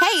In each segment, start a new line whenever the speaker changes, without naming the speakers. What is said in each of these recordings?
Hey,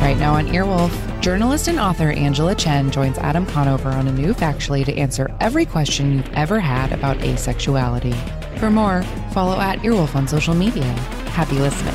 Right now on Earwolf, journalist and author Angela Chen joins Adam Conover on a new Factually to answer every question you've ever had about asexuality. For more, follow at Earwolf on social media. Happy listening.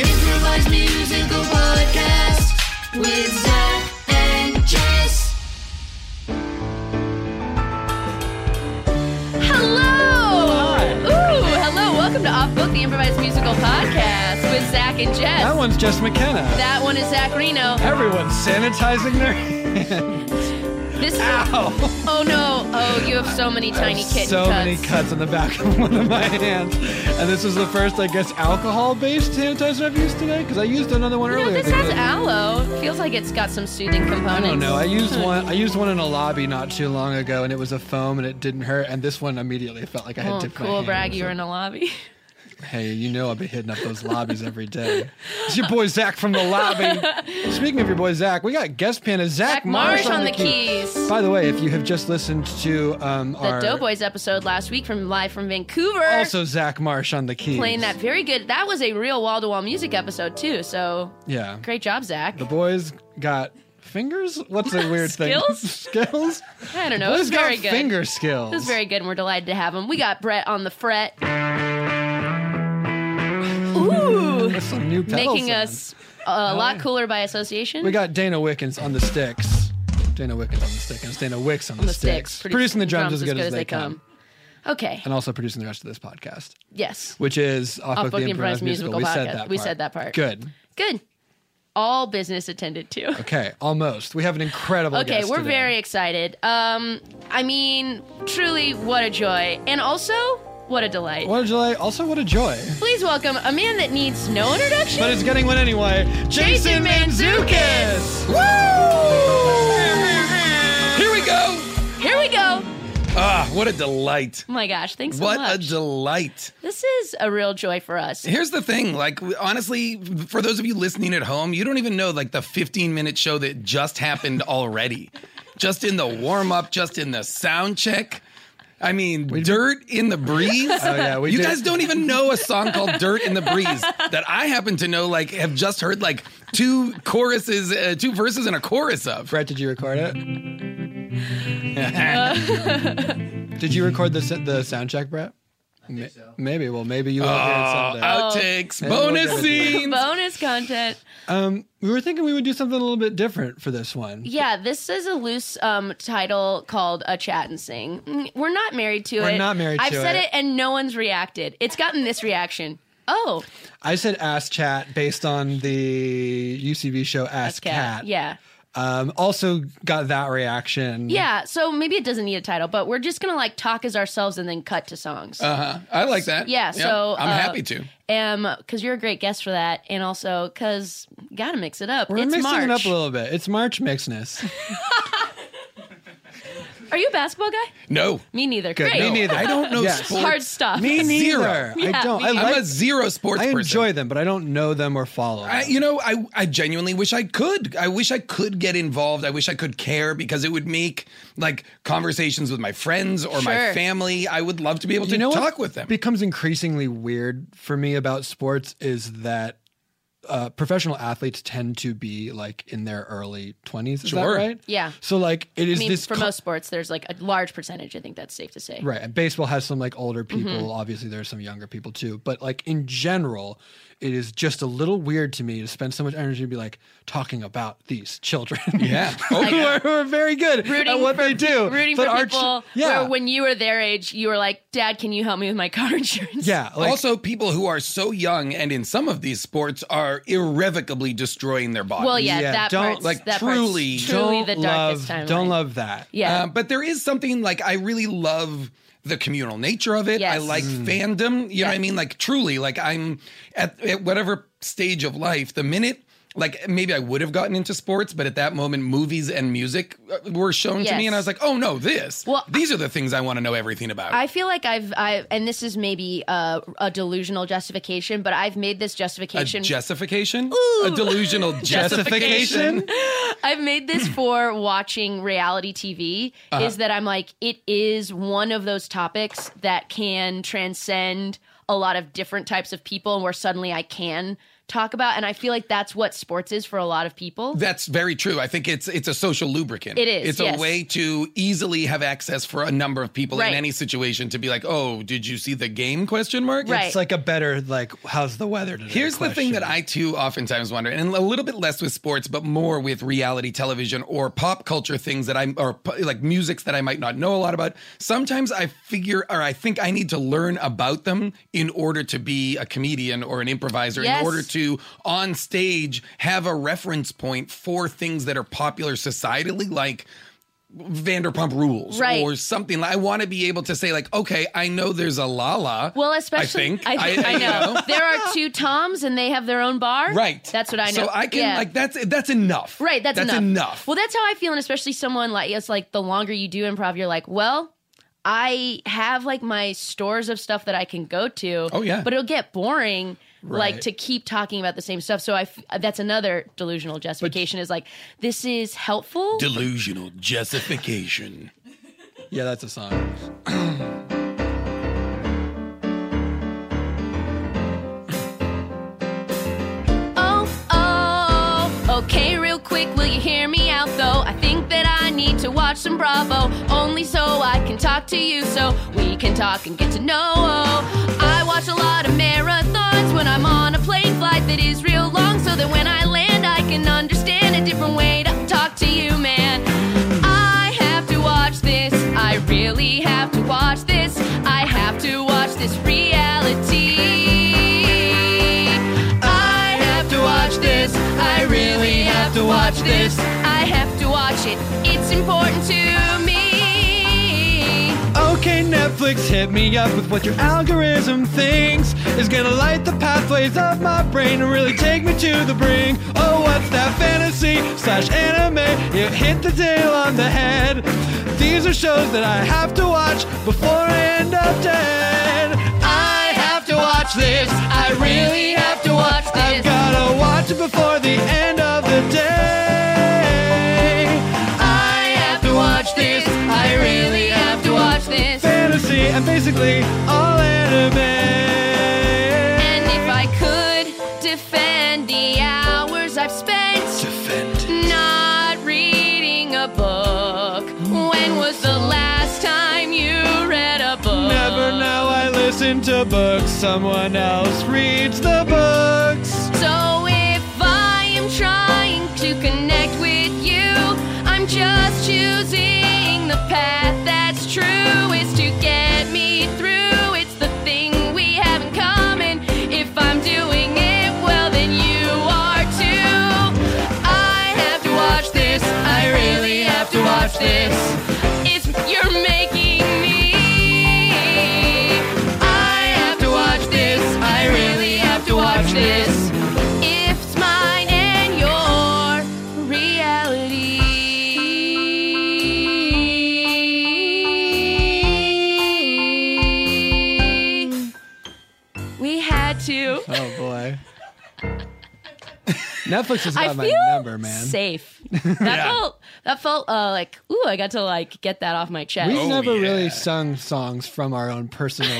improvised musical podcast with Zach and Jess.
Hello! Ooh, hello. Welcome to Off Book, the improvised musical podcast with Zach and Jess.
That one's Jess McKenna.
That one is Zach Reno.
Everyone's sanitizing their
This is Oh no! Oh, you have so many tiny kitten
Ah. so
cuts.
many cuts on the back of one of my hands. And this is the first, I guess, alcohol-based sanitizer I've used today because I used another one
No,
earlier.
this
today.
has aloe. Feels like it's got some soothing components.
I don't know. I used one. I used one in a lobby not too long ago, and it was a foam, and it didn't hurt. And this one immediately felt like I had
Oh,
dipped my
cool
hand
brag! You
so-
were in a lobby.
Hey, you know I'll be hitting up those lobbies every day. It's your boy Zach from the lobby. Speaking of your boy Zach, we got guest pianist Zach,
Zach Marsh on the keys.
By the way, if you have just listened to um,
The
our
Doughboys episode last week from live from Vancouver.
also Zach Marsh on the keys,
playing that very good. That was a real wall to wall music episode too. So
Yeah,
great job, Zach.
the boys got fingers. What's a weird
Skills?
thing? skills.
I don't know. It
Boys
was
got
very good.
finger skills.
It was very good, and we're delighted to have him. We got Brett on the fret. Ooh,
That's some new pedal
making
sound.
us a lot cooler by association.
We got Dana Wickens on the sticks. Dana Wickens on the sticks. And Dana Wicks on,
on the sticks, produ-
Producing the drums, as, good as, they, come.
Okay.
And also producing the rest of this podcast,
Yes.
which is off,
Off
Book
Book
the
Improvised
improvised musical.
Musical
We said
Podcast.
that. Part.
We said that part.
Good.
Good. All business attended to. Okay,
Okay. Almost. We have an incredible. guest
we're
today.
very excited. Um, I mean, truly, what a joy, and also what a delight.
What a joy! Also, what a joy.
Please welcome a man that needs no introduction.
But it's getting one anyway.
Jason
Jason, Manzukis.
Mantzoukas.
Woo!
Here we go.
Oh,
Here we go.
Ah, what a delight.
Oh my gosh, thanks so
what
much.
a delight.
this is a real joy for us.
Here's the thing, like honestly, for those of you listening at home, you don't even know like the 15-minute show that just happened already. just in the warm-up, just in the sound check. I mean, dirt in the breeze. Oh,
yeah, Uh, we
you
did-
guys don't even know a song called "Dirt in the Breeze" that I happen to know, like, have just heard like two choruses, uh, two verses, and a chorus of.
Brett, did you record it? did you record the s- the sound check, Brett? Ma- Maybe. Well, maybe you will hear it
Uh,
Oh.
someday.
Outtakes,
Maybe we'll
bonus
get it.
scenes.
Bonus content.
Um, we were thinking we would do something a little bit different for this one.
Yeah, this is a loose um, title called "A Chat and Sing." Mm, We're not married to
We're
it.
not married
I've
to
said
it.
it, and no one's reacted. It's gotten this reaction. Oh,
I said Ask Chat based on the UCB show Ask Cat.
Yeah.
um, also got that reaction.
Yeah, so maybe it doesn't need a title, but we're just gonna like talk as ourselves and then cut to songs.
Uh huh. I like that.
yeah,
Yep.
so
I'm
uh,
happy to.
Um, because you're a great guest for that, and also because gotta mix it up.
We're
it's
mixing
March.
it up a little bit. It's March mixness.
Are you a basketball guy?
No.
Me neither.
Good.
Great.
Me neither.
I don't know
Yes.
sports.
Hard stuff.
me
Zero.
neither.
Yeah,
I don't.
me
I
neither.
I'm
like.
a zero sports
I
person.
enjoy them, but I don't know them or follow.
I,
them.
you know, I, I genuinely wish I could. I wish I could get involved. I wish I could care because it would make like conversations with my friends or my
Sure.
family. I would love to be able to
you know
talk
what
with them.
becomes increasingly weird for me about sports is that uh, professional athletes tend to be like in their early 20s is
Sure.
that right
Yeah.
so like it
I
is
mean,
this
for
co-
most sports, there's like a large percentage. I think that's safe to say.
right and baseball has some like older
Mm-hmm.
people obviously there's some younger people too but like in general it is just a little weird to me to spend so much energy to be like talking about these children
yeah. Oh,
who, are, who are very good
Rooting
at what
for
they
pe-
do
Rooting
but
for
our ch-
people
yeah
where when you were their age, you were like, "Dad, can you help me with my car insurance?"
yeah like,
also, people who are so young and in some of these sports are irrevocably destroying their bodies.
Well, yeah,
Yeah,
that
don't,
part's,
like,
that part's
truly-
truly the
don't
darkest
love-
timeline.
don't love that
Yeah,
Uh, but there is something like I really love the communal nature of it. I
Yes.
like fandom. You know what I mean? Like truly, like I'm at, at whatever stage of life, the minute like maybe I would have gotten into sports, but at that moment, movies and music uh, were shown to me,
Yes.
and I was like, oh no, this.
Well,
these are the things I want to know everything about.
I feel like I've, I and this is maybe a, a delusional justification, but I've made this
a
justification.
justification, a delusional justification.
Justification?
I've made this for watching reality TV.
Uh-huh.
Is that I'm like it is one of those topics that can transcend a lot of different types of people, and where suddenly I can talk about, and I feel like that's what sports is for a lot of people.
That's very true. I think it's it's a social lubricant.
It is,
It's
yes.
a way to easily have access for a number of people
Right.
in any situation to be like, "Oh, did you see the game?" question mark.
Right.
It's like a better like, how's the weather today?
Here's the thing
question.
that I too oftentimes wonder, and a little bit less with sports, but more with reality television or pop culture things that I'm, or pu- like musics that I might not know a lot about. Sometimes I figure, or I think I need to learn about them in order to be a comedian or an improviser,
Yes.
in order to on stage have a reference point for things that are popular societally, like Vanderpump Rules
Right.
or something. I want to be able to say, like, okay, I know there's a Lala.
Well, especially
I think.
I, think, I,
you
know. there are two Toms and they have their own bar.
Right.
That's what I know.
So I can
Yeah.
like that's that's enough.
right. That's,
that's enough.
Well, that's how I feel, and especially someone like it's like the longer you do improv, you're like, well. I have like my stores of stuff that I can go to.
Oh, yeah.
but it'll get boring, like
Right.
to keep talking about the same stuff. So I, f- that's another delusional justification. is like this is helpful.
Delusional justification.
Yeah, that's a song.
Oh, oh, okay, real quick, will you hear me out though? I think that I need to watch some Bravo, only so I can talk to you so we can talk and get to know. I watch a lot of marathons when I'm on a plane flight that is real long, so that when I land, I can understand a different way to talk to you, man. I have to watch this, I really have to watch this, I have to watch this reality. I have to watch this. I really have to watch this. I have to watch it. It's important to me.
Okay, Netflix, hit me up with what your algorithm thinks is gonna light the pathways of my brain and really take me to the brink. Oh, what's that fantasy slash anime? You hit the tail on the head. These are shows that I have to watch before I end up dead. I have to watch this. I really have to watch this. I've gotta watch it before the end of the day. I have to watch this. I really have to watch
watch this.
fantasy and basically all
And
anime.
if I could defend the hours I've spent
Defend.
not reading a book, when was the last time you read a book?
Never know I listen to books, someone else reads the books.
So if I am trying to connect with you, I'm just choosing the path that's true is to get me through. It's the thing we have in common. If I'm doing it well, then you are too. I have to watch this. this. It's you're making me. I have to watch this. I really have to watch this. It's mine and your reality. We had to.
Oh boy. Netflix has got
I
my
feel
number, man.
safe. That felt that felt uh, like ooh, I got to like get that off my chest.
We've
Oh,
never really
yeah.
sung songs from our own personal.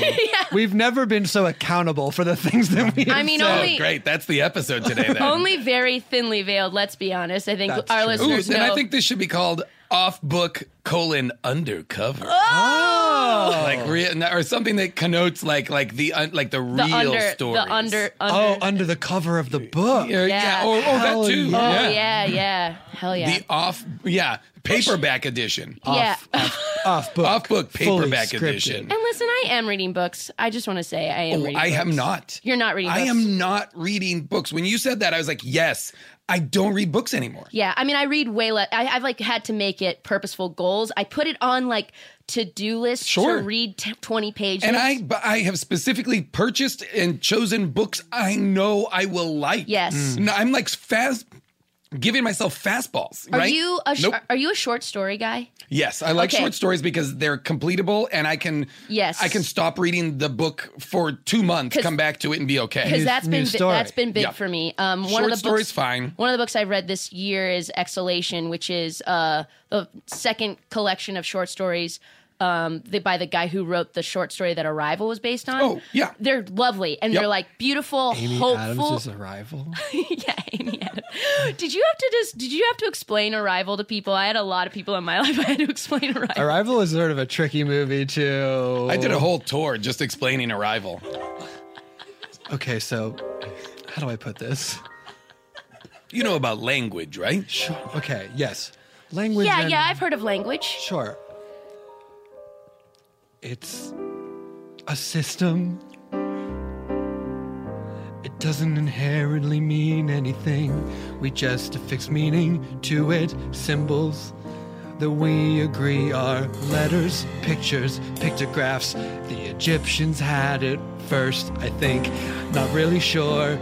We've never been so accountable for the things that we.
I
have
mean,
said.
only-
Oh, great. That's the episode today. Then.
Only very thinly veiled. Let's be honest. I think
That's
our
true.
Ooh,
listeners
then
know.
I think this should be called off book colon undercover.
Oh,
Like real or something that connotes like like the un, like the,
the
real
under,
stories.
the under,
oh,
under.
under the cover of the book.
yeah, yeah.
Yeah.
Oh, oh,
Hell
that too.
yeah.
Oh, yeah, yeah, hell yeah.
The off, yeah, paperback edition.
yeah.
Off book.
Off book
Fully
paperback
scripted.
edition.
and listen, I am reading books. I just want to say I am.
Oh,
reading
I
books.
am not.
You're not reading.
I
books.
am not reading books. When you said that, I was like, yes, I don't read books anymore.
Yeah, I mean, I read way less. I, I've like had to make it purposeful goals. I put it on like to do list
Sure.
to read t- twenty pages.
And I, but I have specifically purchased and chosen books I know I will like.
Yes. Mm.
No, I'm like fast, giving myself fastballs.
Are
right?
you a sh-
Nope.
are you a short story guy?
Yes, I like
Okay.
short stories because they're completable, and I can.
Yes.
I can stop reading the book for two months,
'Cause-
come back to it, and be okay.
Because that's
new
been bi-
story.
that's been big
Yeah.
for me. Um, one
Short
of the
stories,
books,
fine.
One of the books I've read this year is Exhalation, which is uh, the second collection of short stories. Um, the, by the guy who wrote the short story that Arrival was based on.
Oh, yeah.
they're lovely and
Yep.
they're like beautiful,
Amy
hopeful.
Adams' arrival.
yeah, Amy Adams. Did you have to just? Did you have to explain Arrival to people? I had a lot of people in my life. I had to explain Arrival.
Arrival is sort of a tricky movie too.
I did a whole tour just explaining Arrival.
Okay, so how do I put this?
You know about language, right? Sure.
Okay, yes, language.
Yeah,
and-
yeah, I've heard of language.
Sure. It's a system. It doesn't inherently mean anything. We just affix meaning to it, symbols that we agree are letters, pictures, pictographs. The Egyptians had it first, I think. Not really sure.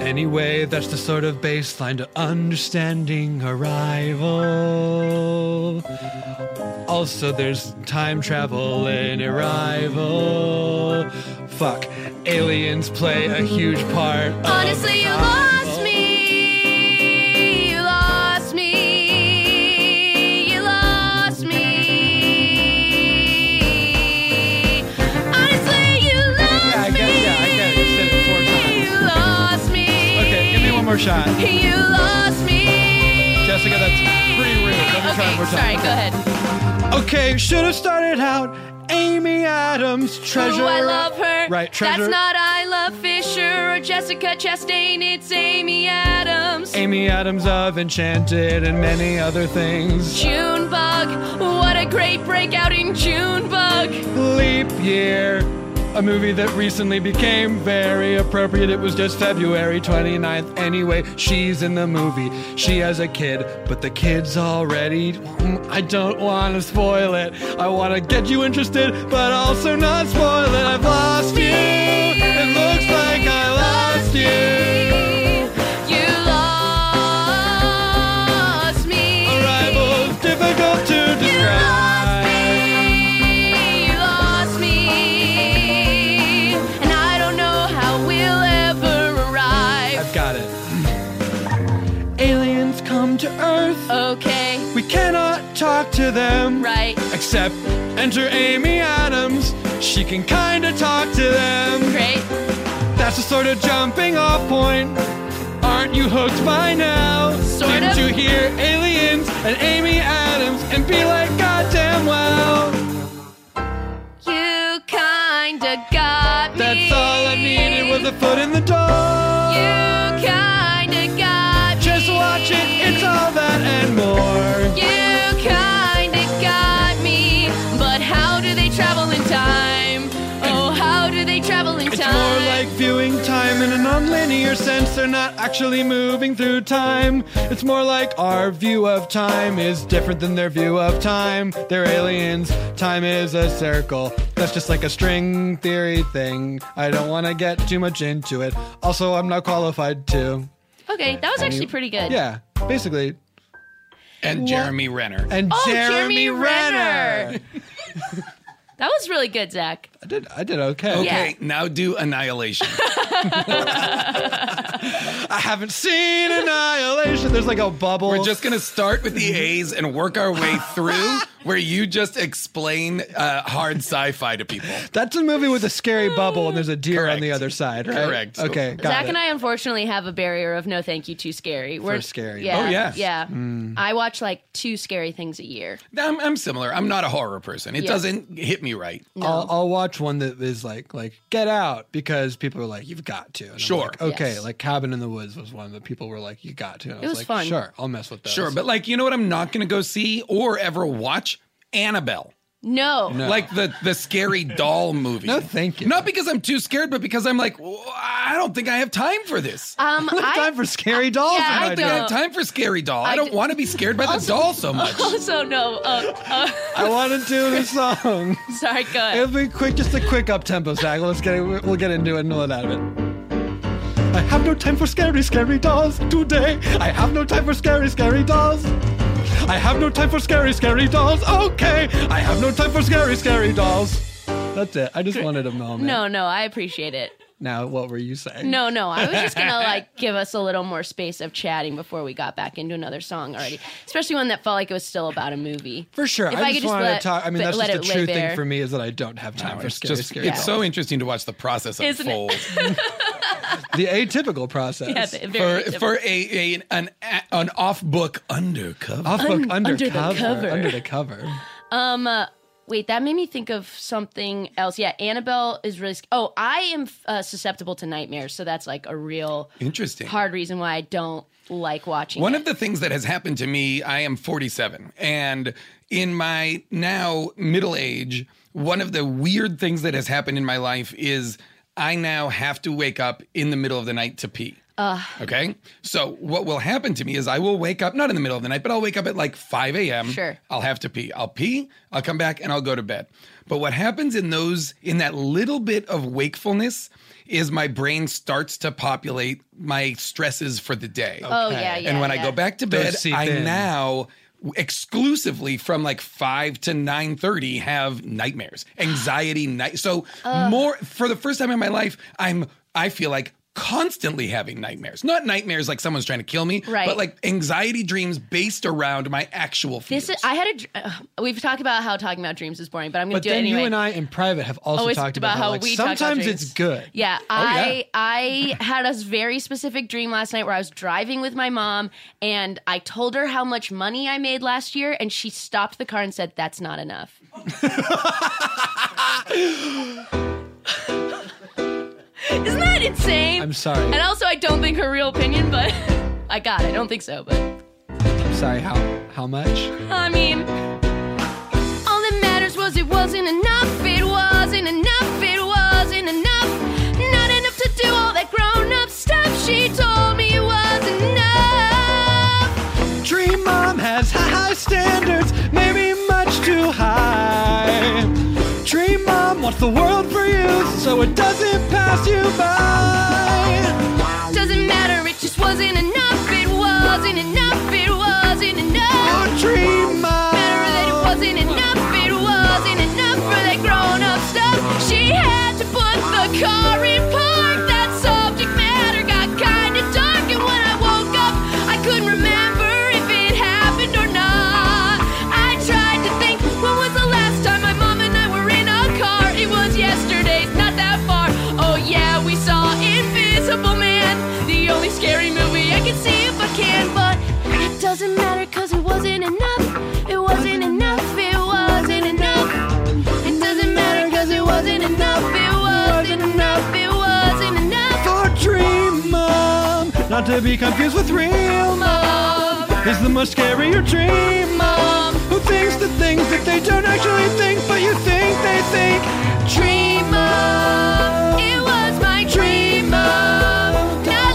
Anyway, that's the sort of baseline to understanding arrival. Also, there's time travel in arrival. Fuck, aliens play a huge part. of-
Honestly, you lost me. You lost me. You lost me. Honestly, you
Yeah, I
lost
get it. Yeah, I
me.
get it. You said it
You
four times.
lost me.
Okay, give me one more shot.
You lost me.
Jessica, that's pretty rude. Let me try
Okay,
one more time.
sorry, go ahead.
Okay, should have started out Amy Adams, treasure.
Ooh, Oh, I love her.
Right, treasure.
That's not I love Fisher or Jessica Chastain. It's Amy Adams.
Amy Adams of Enchanted and many other things.
Junebug. What a great breakout in Junebug.
Leap Year, a movie that recently became very appropriate. It was just February 29th. Anyway, she's in the movie. She has a kid, but the kid's already. mm, I don't want to spoil it. I want to get you interested, but also not spoil it. I've lost you. It looks like I lost you.
You lost me.
Arrival's difficult to describe.
You lost me. And I don't know how we'll ever arrive.
I've got it. Aliens come to Earth.
Okay,
We cannot talk to them.
right.
Except enter Amy Adams. She can kinda talk to them.
Great.
That's the sort of jumping off point. Aren't you hooked by now?
Sort
Didn't
of.
you hear aliens and Amy Adams and be like goddamn well?
You kinda got me.
That's all I needed was a foot in the door.
You kinda got
Just
me.
watch it, it's all that and more.
You kinda got me. But how do they travel in time? Oh, how do they travel in
It's
time?
more like viewing time in a nonlinear linear sense, they're not actually moving through time. It's more like our view of time is different than their view of time. They're aliens. Time is a circle. That's just like a string theory thing. I don't want to get too much into it. Also, I'm not qualified to.
Okay, that was actually pretty good.
Yeah, basically.
And Jeremy Renner.
And
Oh,
Jeremy,
Jeremy
Renner.
Renner. That was really good, Zach.
I did. I did okay.
Yeah.
Okay, now do Annihilation.
I haven't seen Annihilation. There's like a bubble.
We're just gonna start with the A's and work our way through where you just explain uh, hard sci-fi to people.
That's a movie with a scary bubble and there's a deer on the
Correct.
other side, right?
Correct.
Okay, got
Zach
it.
and I unfortunately have a barrier of no thank you, too scary. We're
scary. Mm.
Yeah,
Oh, yes.
Yeah. I watch like two scary things a year.
I'm, I'm similar. I'm not a horror person. It
Yeah.
doesn't hit me right.
I'll, I'll watch one that is like like Get Out because people are like you've got to. And I'm
Sure.
like, okay,
Yes.
like Cabin in the Woods was one that people were like you got to. And I
It was
like,
fun.
Sure, I'll mess with those.
Sure, but like you know what? I'm not gonna go see or ever watch Annabelle.
No.
Like the the scary doll movie.
No, thank you.
Not because I'm too scared, but because I'm like, "Whoa, I don't think I have time for this.
Um, I
time for scary dolls.
yeah,
in
I
my
I don't think I
day.
have time for scary doll. I,
I
don't
d-
want to be scared by the doll so much.
also no. Uh, uh,
I want to do the song.
sorry, go ahead.
It'll be quick, just a quick up tempo, Zach. Let's get it. We'll get into it and we'll get out of it. I have no time for scary, scary dolls today. I have no time for scary, scary dolls. I have no time for scary, scary dolls. Okay, I have no time for scary, scary dolls. That's it. I just wanted a moment.
No, no, I appreciate it.
Now, what were you saying?
No, no, I was just gonna like give us a little more space of chatting before we got back into another song already, especially one that felt like it was still about a movie.
For sure.
If
I, just wanted
let-
to talk. I mean,
but
that's
let
just the
it lay
true thing
bare.
for me is that I don't have time for
It's
scary,
just
scary
it's
dolls.
so interesting to watch the process
Isn't it?
unfold.
the atypical process.
Yeah, the-
for
very different.
for a, a an an off book undercover.
Off book
under the
undercover.
cover.
Under the cover.
Um, uh, wait, that made me think of something else. Yeah, Annabelle is really. Sc- oh, I am uh, susceptible to nightmares, so that's like a real
Interesting.
hard reason why I don't like watching.
One
it.
of the things that has happened to me, I am 47, and in my now middle age, one of the weird things that has happened in my life is I now have to wake up in the middle of the night to pee. okay. So what will happen to me is I will wake up not in the middle of the night, but I'll wake up at like 5 a.m.
Sure.
I'll have to pee. I'll pee, I'll come back and I'll go to bed. But what happens in those in that little bit of wakefulness is my brain starts to populate my stresses for the day.
Oh yeah, yeah.
and when I
yeah.
go back to
Those
bed,
seep
I
in.
now exclusively from like 5 to 9:30 have nightmares, anxiety night. So more for the first time in my life, I'm I feel like constantly having nightmares. Not nightmares like someone's trying to kill me,
Right.
but like anxiety dreams based around my actual fears.
this is, I had a. dr- Uh, we've talked about how talking about dreams is boring, but I'm gonna
But
do
then
it anyway.
you and I in private have also
Always
talked about, how like,
we talk about
sometimes
dreams.
it's good. Oh,
Yeah, I I had a very specific dream last night where I was driving with my mom and I told her how much money I made last year and she stopped the car and said that's not enough. Isn't that insane?
I'm sorry.
And also I don't think her real opinion but I got it. I don't think so, but
I'm sorry. How how much?
I mean all that matters was it wasn't enough. It wasn't enough. It wasn't enough. Not enough to do all that grown up stuff. She told me it wasn't enough.
Dream mom has high standards, maybe much too high. Dream mom wants the world for you, so it doesn't pass you by.
Doesn't matter. It just wasn't enough. It wasn't enough. It wasn't enough.
Oh, dream
Matter that it
mom.
wasn't enough. It wasn't enough for that grown up stuff. She had to put the car in park. That subject matter got kinda dark. And when I woke up, I couldn't remember if it happened or not. I tried to think, when was the last time my mom and I were in a car? It was yesterday, not that far. Oh yeah, we saw Invisible Man. The only scary movie I can see if I can, but it doesn't matter cause it wasn't enough. It wasn't enough, it wasn't enough. It doesn't matter cause it wasn't enough, it wasn't enough, it wasn't enough.
For dream mom, not to be confused with real mom,
Mom,
is the much scarier dream mom.
mom,
Who thinks the things that they don't actually think, but you think they think?
dream mom. It was my dream mom. Not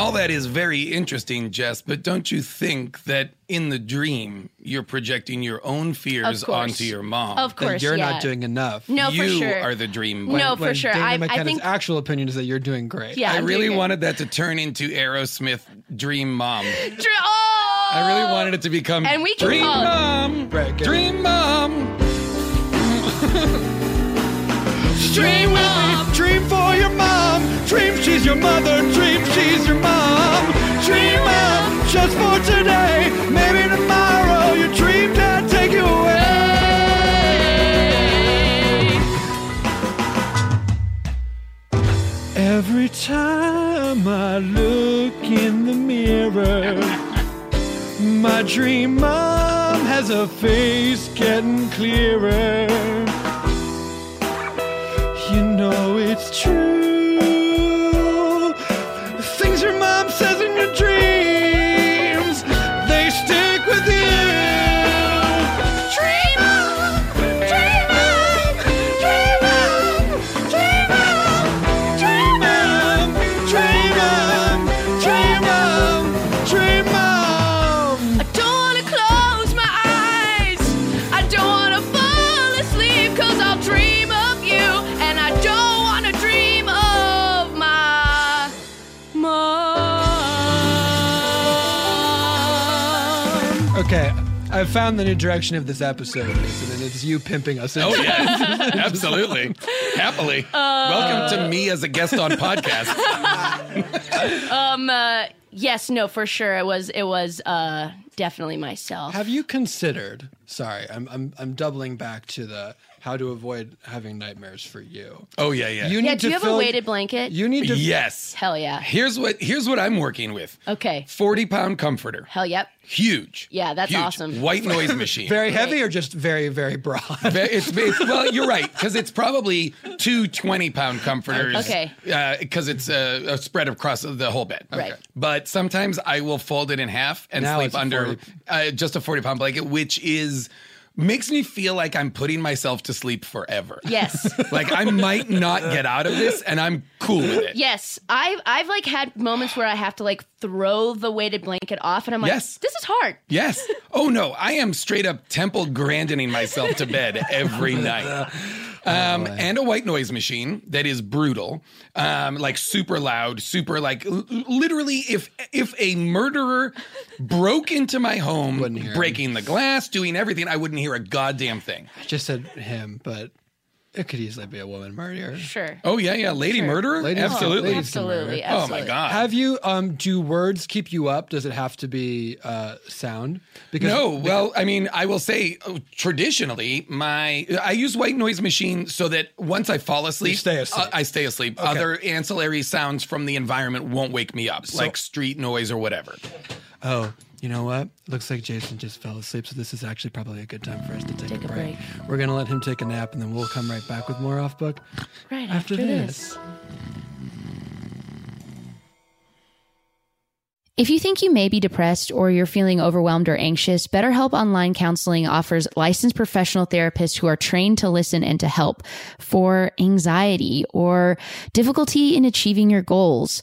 Oh,
that is very interesting, Jess, but don't you think that in the dream, you're projecting your own fears
course.
onto your mom?
Of
Then
course,
you're
yeah.
not doing enough.
No,
you
for sure.
are the dream.
No,
when-
for
When
sure.
Dana
I- I
McKenna's
think-
actual opinion is that you're doing great.
Yeah,
I
I'm
really
doing it.
wanted that to turn into Aerosmith Dream Mom.
Dr- oh!
I really wanted it to become
And we can
Dream
call it-
Mom.
Right, good.
Dream Mom. Dream Mom.
Dream for your mom. Dream she's your mother. Dream she's your mom. Dream mom just for today. Maybe tomorrow your dream dad take you away. Every time I look in the mirror, my dream mom has a face getting clearer. You know it's true. Things your mom says in your dreams, they stick with you. Dream on, dream on, dream on, dream on, dream on, dream on, dream on, dream on.
I don't wanna close my eyes. I don't wanna fall asleep, cause I'll dream of you. And I don't wanna dream of my mom.
Okay, I found the new direction of this episode, Mason, and it's you pimping us.
Oh
into it.
yes, absolutely, happily. Welcome to me as a guest on podcast.
Yes, no, for sure. It was, it was, uh, definitely myself.
Have you considered? Sorry, I'm I'm I'm doubling back to the how to avoid having nightmares for you.
Oh yeah, yeah.
You
yeah,
need
do
to
you have a
fill-
weighted blanket?
You need to.
yes.
Hell yeah.
Here's what here's what I'm working with.
Okay.
Forty pound comforter.
Hell yep.
Huge.
Yeah, that's
Huge.
awesome.
White noise machine.
Very heavy or just very very broad.
Ve- It's, it's well, you're right because it's probably two 20 pound comforters.
Okay.
Because it's a, a spread across the whole bed.
Right. Okay.
But sometimes I will fold it in half and
Now
sleep
it's a
under
40.
uh, just a 40 pound blanket, which is makes me feel like I'm putting myself to sleep forever.
Yes.
Like I might not get out of this, and I'm cool with it.
Yes, I've I've like had moments where I have to like throw the weighted blanket off, and I'm like,
Yes.
this is hard.
Yes. Oh no, I am straight up Temple Grandin myself to bed every night. Um, and a white noise machine that is brutal, um, like super loud, super like l- literally. If if a murderer broke into my home,
hear him.
breaking the glass, doing everything, I wouldn't hear a goddamn thing.
just said him, but it could easily be a woman murder.
Sure.
Oh yeah, yeah, lady murderer,
Ladies-
absolutely.
ladies can murder.
Absolutely,
Oh my
absolutely.
god.
Have you um do words keep you up? Does it have to be uh sound? Because
No, well, I mean, I will say uh, traditionally, my I use white noise machine so that once I fall asleep,
stay asleep.
uh, I stay asleep. Other ancillary sounds from the environment won't wake me up, like street noise or whatever.
Oh, you know what? Looks like Jason just fell asleep, so this is actually probably a good time for us to take, a, break. We're gonna let him take a nap, and then we'll come right back with more off book.
Right
After
after,
this.
this.
If you think you may be depressed or you're feeling overwhelmed or anxious, BetterHelp Online Counseling offers licensed professional therapists who are trained to listen and to help for anxiety or difficulty in achieving your goals,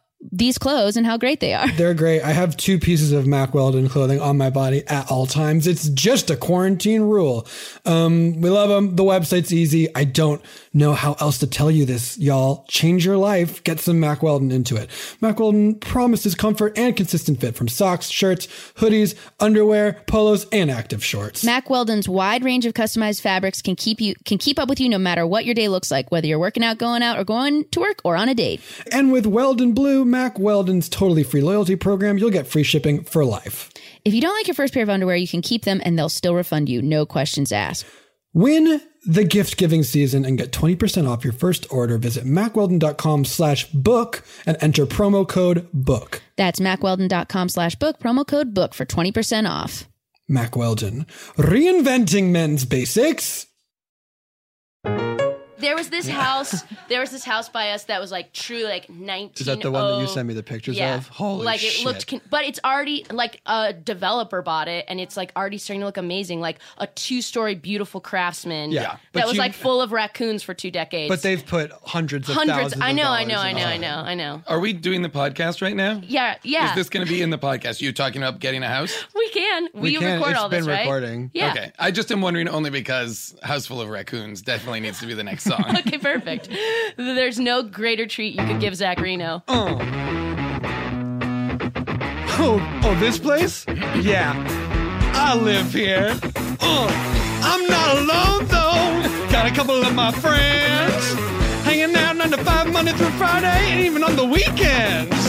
these clothes and how great they are.
They're great. I have two pieces of Mack Weldon clothing on my body at all times. It's just a quarantine rule. Um, we love them. The website's easy. I don't know how else to tell you this, y'all. Change your life. Get some Mack Weldon into it. Mack Weldon promises comfort and consistent fit from socks, shirts, hoodies, underwear, polos, and active shorts.
Mack Weldon's wide range of customized fabrics can keep you can keep up with you no matter what your day looks like, whether you're working out, going out, or going to work or on a date.
And with Weldon Blue, Mac Weldon's totally free loyalty program, you'll get free shipping for life.
If you don't like your first pair of underwear, you can keep them and they'll still refund you, no questions asked.
Win the gift giving season and get 20% off your first order. Visit macweldon.com slash book and enter promo code book.
That's macweldon.com slash book, promo code book for 20% off.
Mac Weldon, reinventing men's basics.
There was this house. There was this house by us that was like true, like nineteen. oh,
Is that the one that you sent me the pictures of? Holy
like
shit.
it looked, con- but it's already like a developer bought it, and it's like already starting to look amazing, like a two-story beautiful craftsman.
Yeah,
that
but
was
you-
like full of raccoons for two decades.
but they've put hundreds of
hundreds.
thousands
I
of
know, I
dollars
know, I
in
know, I
it.
know, I know.
Are we doing the podcast right now?
Yeah, yeah.
Is this going to be in the podcast? You talking about getting a house?
we can. We,
can.
record
It's
all this,
been
right?
recording.
Yeah.
Okay. I just am wondering only because House Full of Raccoons definitely needs to be the next song.
Okay, perfect. There's no greater treat you could give Zach Reno.
Oh, oh, this place? Yeah. I live here. Uh, I'm not alone though. Got a couple of my friends hanging out 9 to 5 Monday through Friday and even on the weekends.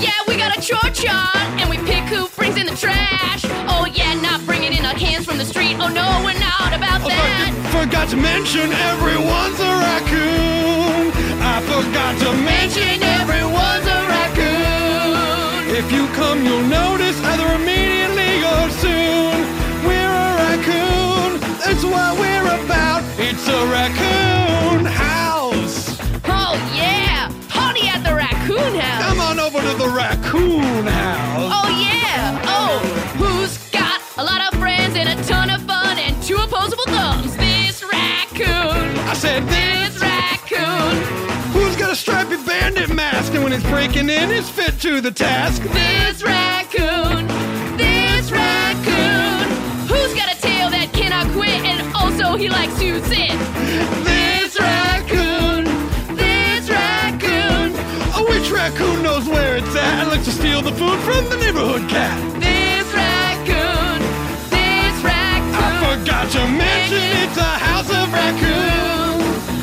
Yeah, we got a chore chart, and we pick who brings in the trash. Oh yeah, not bringing in our cans from the street. Oh no, we're not about
Oh,
that.
fuck, forgot to mention everyone's a raccoon. I forgot to mention everyone's a raccoon. If you come, you'll notice either immediately or soon. We're a raccoon. That's what we're about. It's a raccoon house.
Oh yeah, party at the raccoon house.
Come on over to the raccoon house.
Oh yeah, oh who's got a lot of friends and a ton of fun and two opposable thumbs? This raccoon,
I said this.
this raccoon,
Who's got a stripy bandit mask? And when it's breaking in, it's fit to the task.
this raccoon, this raccoon. Who's got a tail that cannot quit and also he likes to sit?
This raccoon, this raccoon. Oh, which raccoon knows where it's at? I like to steal the food from the neighborhood cat.
This raccoon, this
I
raccoon.
forgot to mention it's a house of raccoons.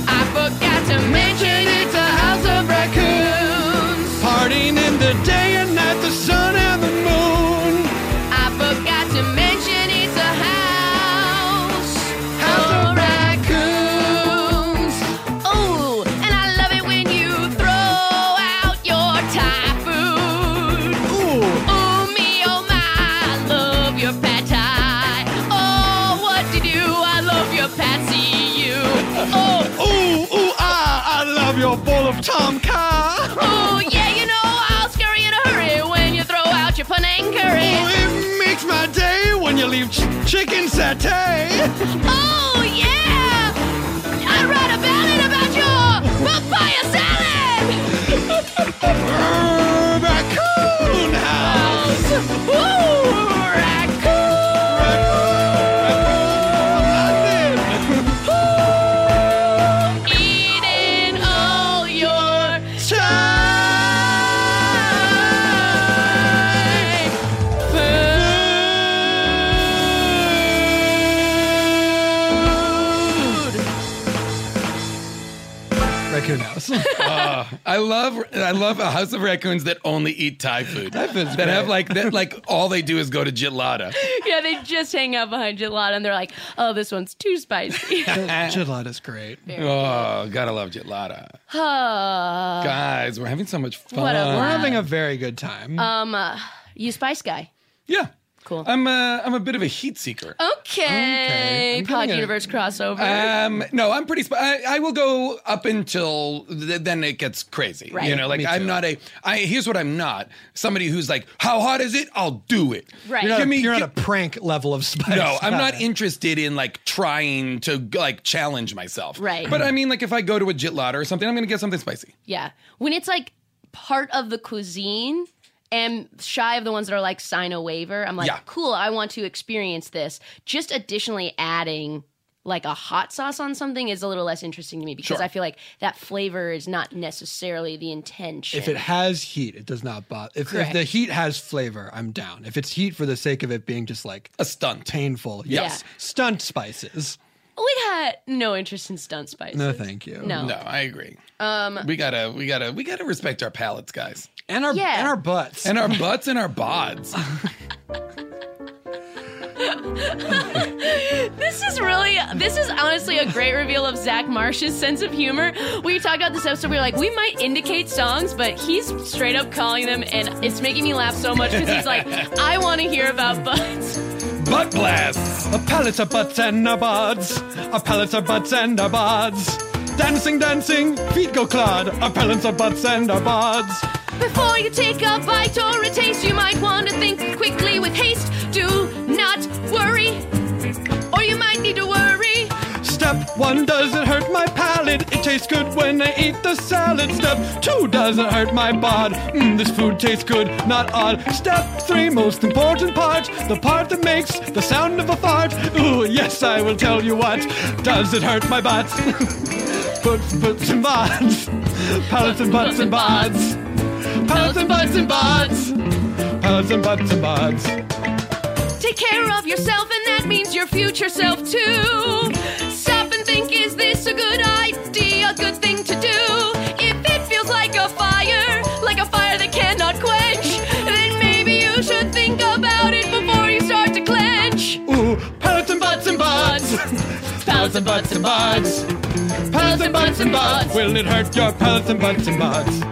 I forgot to mention it's a house of raccoons.
Partying in the day and night, the sun and the moon.
I forgot to mention it's a house.
House
of
of
raccoons. Oh, and I love it when you throw out your Thai food.
Ooh,
Oh me, oh my, I love your pad thai. Oh, what to do? I love your patsy, you. Oh.
ooh, ooh, ah, I love your bowl of Tom Kha.
Oh, yeah, you know, I'll scurry in a hurry when you throw out your Penang curry.
Oh, it makes my day when you leave ch- chicken satay.
Oh, yeah! I wrote a ballad about your papaya salad!
Brr, raccoon house.
Ooh, raccoon! Eating all your time.
Raccoon House.
I love I love a house of raccoons that only eat Thai food. That
food's
that have like that like all they do is go to Jitlada.
Yeah, they just hang out behind you a lot and they're like, oh, this one's too spicy.
Gelata's great.
Oh, gotta love Jitlada.
Ah,
Guys, we're having so much fun.
what a
We're
laugh.
having a very good time.
Um, uh, you spice guy.
yeah.
Cool.
I'm a, I'm a bit of a heat seeker.
Okay.
I'm Ah,
Pod
getting a-
universe crossover.
Um, no, I'm pretty. Sp- I, I will go up until th- then it gets crazy.
Right.
You know, like
Me
I'm
too.
not a. I here's what I'm not. Somebody who's like, how hot is it? I'll do it.
Right.
you're not,
give me-
you're not a
give-
prank level of spice.
No, I'm not
Got it.
interested in like trying to like challenge myself.
Right.
But I mean, like if I go to a jitlotta or something, I'm gonna get something spicy.
yeah. When it's like part of the cuisine am shy of the ones that are like sign a waiver. I'm like,
Yeah.
cool, I want to experience this. Just additionally adding like a hot sauce on something is a little less interesting to me because
Sure.
I feel like that flavor is not necessarily the intention.
If it has heat, it does not bother. If, if the
Correct.
heat has flavor, I'm down. If it's heat for the sake of it being just like
a stunt,
painful,
Yeah.
yes, stunt spices.
we had no interest in stunt spices.
No, thank you.
No.
No, I agree.
Um,
We gotta, we gotta, we gotta respect our palates, guys,
And our
Yeah.
and our butts
and our butts and our bods.
This is really, this is honestly a great reveal of Zach Marsh's sense of humor. We talked about this episode, we were like, we might indicate songs, but he's straight up calling them, and it's making me laugh so much because he's like, I want to hear about butts.
Butt blasts.
Our pallets are butts and our bods. Our pallets are butts and our bods. Dancing, dancing, feet go clod. Our pallets are butts and our bods.
Before you take a bite or a taste, you might want to think quickly with haste. Do not worry, or you might need to worry.
Step one, does it hurt my palate? It tastes good when I eat the salad. Step two, does it hurt my bod? Mmm, this food tastes good, not odd. Step three, most important part, the part that makes the sound of a fart. Ooh, yes, I will tell you what. Does it hurt my butt? Puts, puts and bods. Palates and butts and bods. Palates and butts and bods. Palates and butts and bods.
Take care of yourself, and that means your future self too. Stop and think is this a good idea, a good thing to do? If it feels like a fire, like a fire that cannot quench, then maybe you should think about it before you start to clench.
Ooh, palates and butts and bods.
Pals and butts and buds.
Palates and butts and bods. Will it hurt your palates and butts and bods?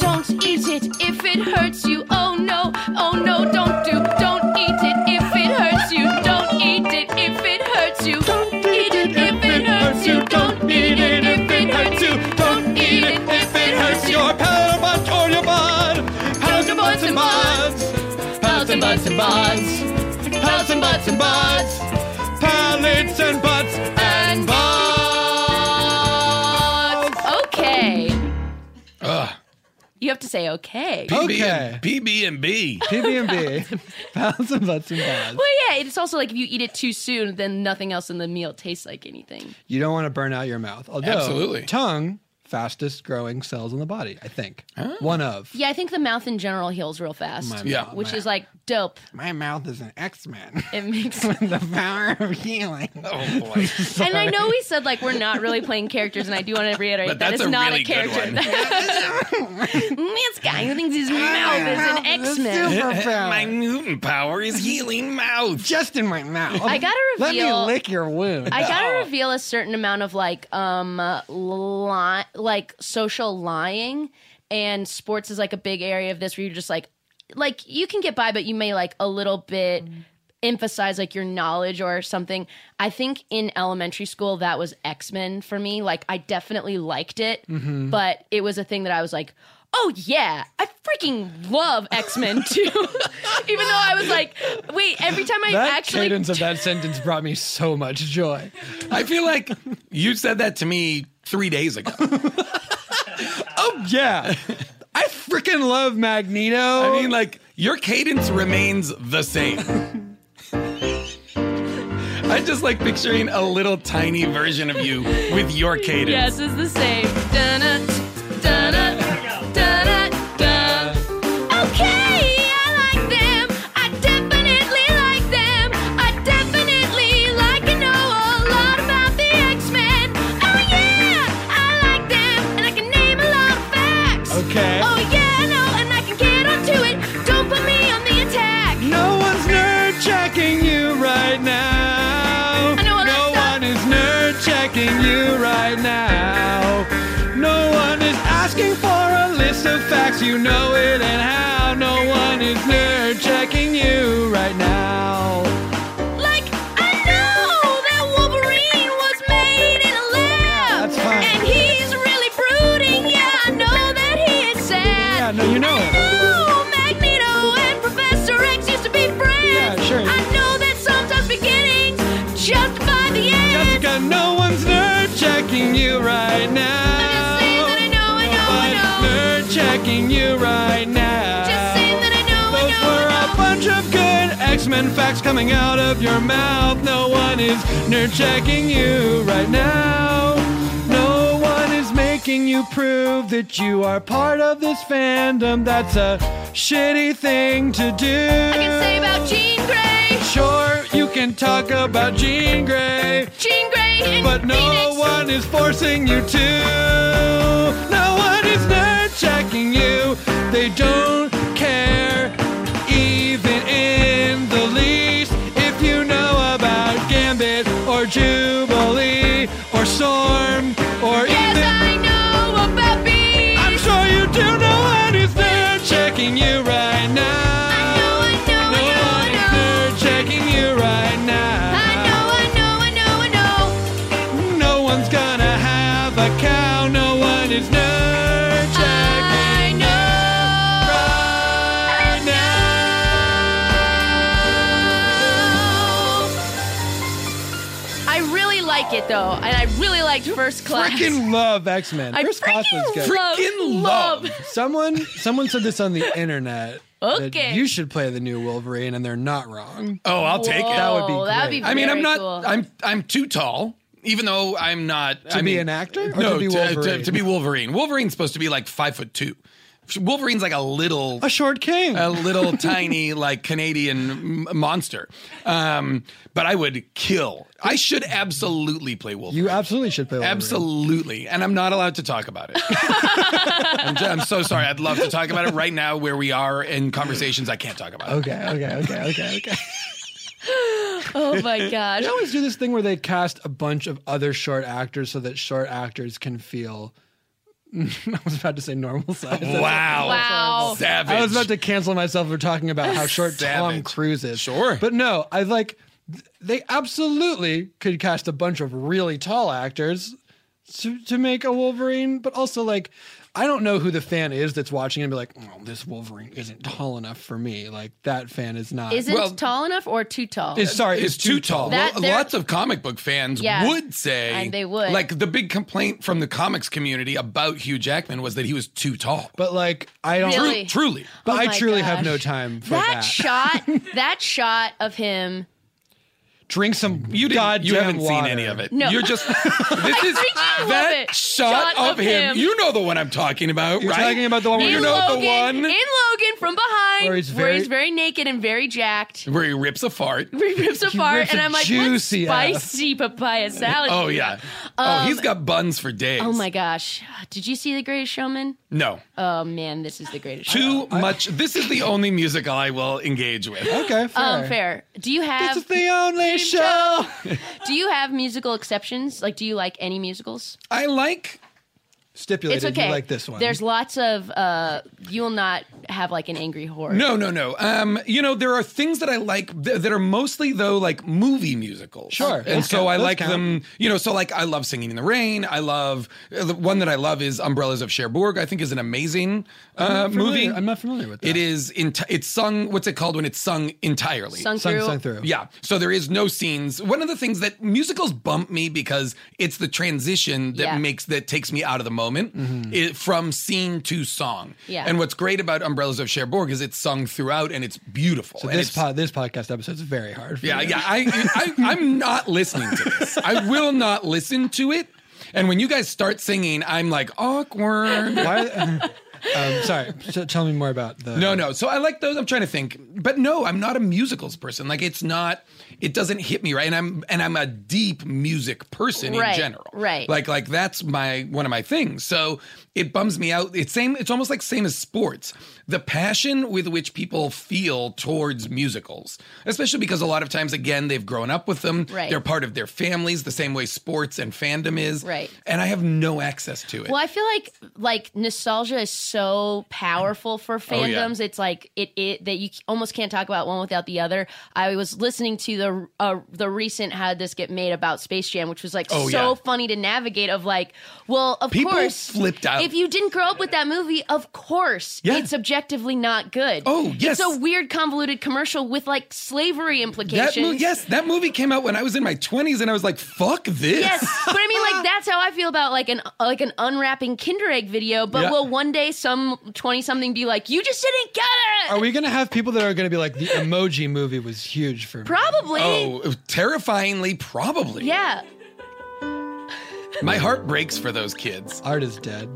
Don't eat it if it hurts you. Oh no, oh no, don't do, don't eat it if it hurts you. Don't eat it if it hurts you. Don't eat it if it hurts you. Don't eat it if it hurts you. Don't eat it if it hurts you.
your paddle butt or your bod. Paddles and butts and bods. Paddles and butts and bods. Paddles and butts and bods. Pallets and butts and bods.
Okay,
Ugh.
you have to say okay.
PB
Okay.
and PB and B.
PB&B. Paddles and butts and bods.
Well, yeah, it's also like if you eat it too soon, then nothing else in the meal tastes like anything.
You don't want to burn out your mouth. Although,
Absolutely.
tongue, fastest growing cells in the body, I think.
Oh.
One of.
Yeah, I think the mouth in general heals real fast,
My
Yeah.
mouth.
which is like dope.
My mouth is an X-Man.
It makes
the power of healing.
Oh boy.
And I know we said like we're not really playing characters, and I do want to reiterate
But
that
that's
it's
a
not
really
a
good
character.
one.
this guy who thinks his mouth is an X Men.
My
Superpower.
Newton power is healing mouth.
Just in my mouth.
I gotta
Let me
reveal-
lick your wound.
I gotta reveal a certain amount of like um uh, li- like social lying, and sports is like a big area of this where you're just like like you can get by, but you may like a little bit. Emphasize like your knowledge or something. I think in elementary school that was X Men for me. Like I definitely liked it,
Mm-hmm.
but it was a thing that I was like, oh yeah, I freaking love X Men too. Even though I was like, wait, every time I
that
actually
cadence of that sentence brought me so much joy.
I feel like you said that to me three days ago.
Oh yeah, I freaking love Magneto.
I mean, like your cadence remains the same. I just like picturing a little tiny version of you with your
Yes,
cadence.
it's the same. Dun-dun, dun-dun, dun-dun, dun. Okay, I like them. I definitely like them. I definitely like and know a lot about the X-Men. Oh yeah, I like them, and I can name a lot of facts.
Okay.
Oh yeah, I know, and I can get onto it. Don't put me on the attack.
no one's nerd checking you right now.
I know what
no
I thought.
one is nerd checking you right now. No one is asking for a list of facts. You know it and how. No one is nerd checking you right now.
Like, I know that Wolverine was made in a lab.
That's fine.
And he's really brooding. Yeah, I know that he is
Yeah,
sad.
no, you know
I
it.
know Magneto and Professor X used to be friends.
Yeah, sure.
I know that sometimes beginnings justify the end.
Jessica, no one's nerd checking you right now.
I'm just saying that I know, I know, I
Nobody's
know.
Nerd
striking you right now. Just saying that I know. Those were a bunch of good X-Men facts coming out of your mouth. No one is nerd checking you right now. No one is making you prove that you are part of this fandom. That's a shitty thing to do. I
can say about Jean Grey.
Sure, you can talk about Jean Grey.
Jean Grey and
But no
Phoenix.
one is forcing you to. No one is nerd checking you. They don't care, even in the least, if you know about Gambit or Jubilee or Storm or
Yes,
even.
I know about bees.
I'm sure you do know what is nerd checking you right now. I know, I know, no I know, one is nerd checking you right now. I know, I know, I know, I know. No one's gonna have a cow. No one is nerd checking. I know. Right now.
I really like it though, and I really liked First Class.
Freaking love X Men.
I
First Class was good.
freaking love, Freaking love. love.
Someone, someone said this on the internet. that
Okay.
you should play the new Wolverine, and they're not wrong.
Oh, I'll take it.
That would be.
Whoa, that would
great.
be
I mean, I'm
very
not.
cool.
I'm I'm too tall. Even though I'm not
To
I
be
mean-
an actor or
no,
to be
to,
Wolverine?
to be Wolverine. Wolverine's supposed to be like five foot two. Wolverine's like a little
a short king.
a little tiny like Canadian m- monster. Um, but I would kill. I should absolutely play Wolverine.
you absolutely should play. Wolverine.
absolutely, and I'm not allowed to talk about it. I'm, j- I'm so sorry. I'd love to talk about it right now, where we are in conversations. I can't talk about it.
Okay. Okay. Okay. Okay. Okay.
Oh my gosh.
They always do this thing where they cast a bunch of other short actors so that short actors can feel. I was about to say normal size.
Wow.
Wow.
Savage.
I was about to cancel myself for talking about how short Tom
Savage.
Cruise is.
Sure.
But no, I like th- they absolutely could cast a bunch of really tall actors to, to make a Wolverine, but also like I don't know who the fan is that's watching and be like, oh, this Wolverine isn't tall enough for me. Like that fan is not.
Isn't
Well-
tall enough or too tall?
is sorry,
It's too tall.
That-
Lo-
there-
Lots of comic book fans
Yeah.
would say,
And they would.
Like the big complaint from the comics community about Hugh Jackman was that he was too tall.
But like I don't.
Tru-
Really?
truly,
But
Oh
I
my
truly have
gosh.
no time for
that
that.
shot, that shot of him.
Drink some
you didn't,
goddamn
you haven't seen
water.
any of it.
No.
you're just this is
freaking love
that
it.
shot, of, him. You know the one I'm talking about,
You're
right?
talking about the one where
you
in
know
Logan,
the one
in Logan from behind,
Where
where
he's
he's,
very-
very naked and very jacked.
where he rips a fart.
He rips apart,
rips
and
a
I'm like, "What
juicy ass."
spicy papaya salad?"
Oh yeah. oh, he's got buns for days.
Um, Oh my gosh! Did you see The Greatest Showman?
No,
Oh man, this is the greatest.
too much. This is the only music I will engage with.
Okay, fair.
Showman. Um, fair. Do you have
This is the only show.
Do you have musical exceptions? Like, do you like any musicals?
I like
Stipulated
It's okay.
you like this one.
There's lots of. Uh, you will not have like an angry horror.
No, no, no. Um, you know, there are things that I like th- that are mostly though like movie musicals.
Sure.
And
Those
so
count.
I
Those
like
count.
them. You know, so like I love Singing in the Rain. I love uh, the one that I love is Umbrellas of Cherbourg. I think is an amazing uh, movie.
Familiar- I'm not familiar with that.
It is enti- it's sung. What's it called when it's sung entirely?
Sung
sung,
through.
sung through.
Yeah. So there is no scenes. One of the things that musicals bump me because it's the transition that
Yeah.
makes that takes me out of the moment
Mm-hmm.
it, from scene to song.
Yeah.
And what's great about Umbrellas of Cherbourg is it's sung throughout and it's beautiful.
So
and
this
it's-
pod, this podcast episode is very hard. For
yeah,
you.
yeah. I, I I'm not listening to this. I will not listen to it. And when you guys start singing, I'm like awkward.
Why? um, sorry. So tell me more about the.
No, no. So I like those. I'm trying to think, but no, I'm not a musicals person. Like it's not, it doesn't hit me right. And I'm and I'm a deep music person in
Right,
general.
right.
Like like that's my one of my things. So it bums me out. It's same. It's almost like same as sports. The passion with which people feel towards musicals, especially because a lot of times, again, they've grown up with them.
Right.
They're part of their families, the same way sports and fandom is.
Right.
And I have no access to it.
Well, I feel like like nostalgia is so powerful for
Oh, yeah.
fandoms. It's like it, it that you almost can't talk about one without the other. I was listening to the uh, the recent how did this get made about Space Jam, which was like
Oh,
so
yeah.
funny to navigate. Of like, well, of
People
course,
flipped out.
If you didn't grow up with that movie, of course,
Yeah.
it's objectively not good.
Oh, yes.
it's a weird convoluted commercial with like slavery implications.
That mo- yes, that movie came out when I was in my 20s, and I was like, fuck this.
Yes, but I mean, like that's how I feel about like an like an unwrapping Kinder Egg video. But
Yeah.
will one day some 20 something be like, you just didn't get it?
Oh.
Are we going to have people that are going to be like, the emoji movie was huge for me?
Probably.
Oh, terrifyingly, probably.
Yeah.
My heart breaks for those kids.
Art is dead.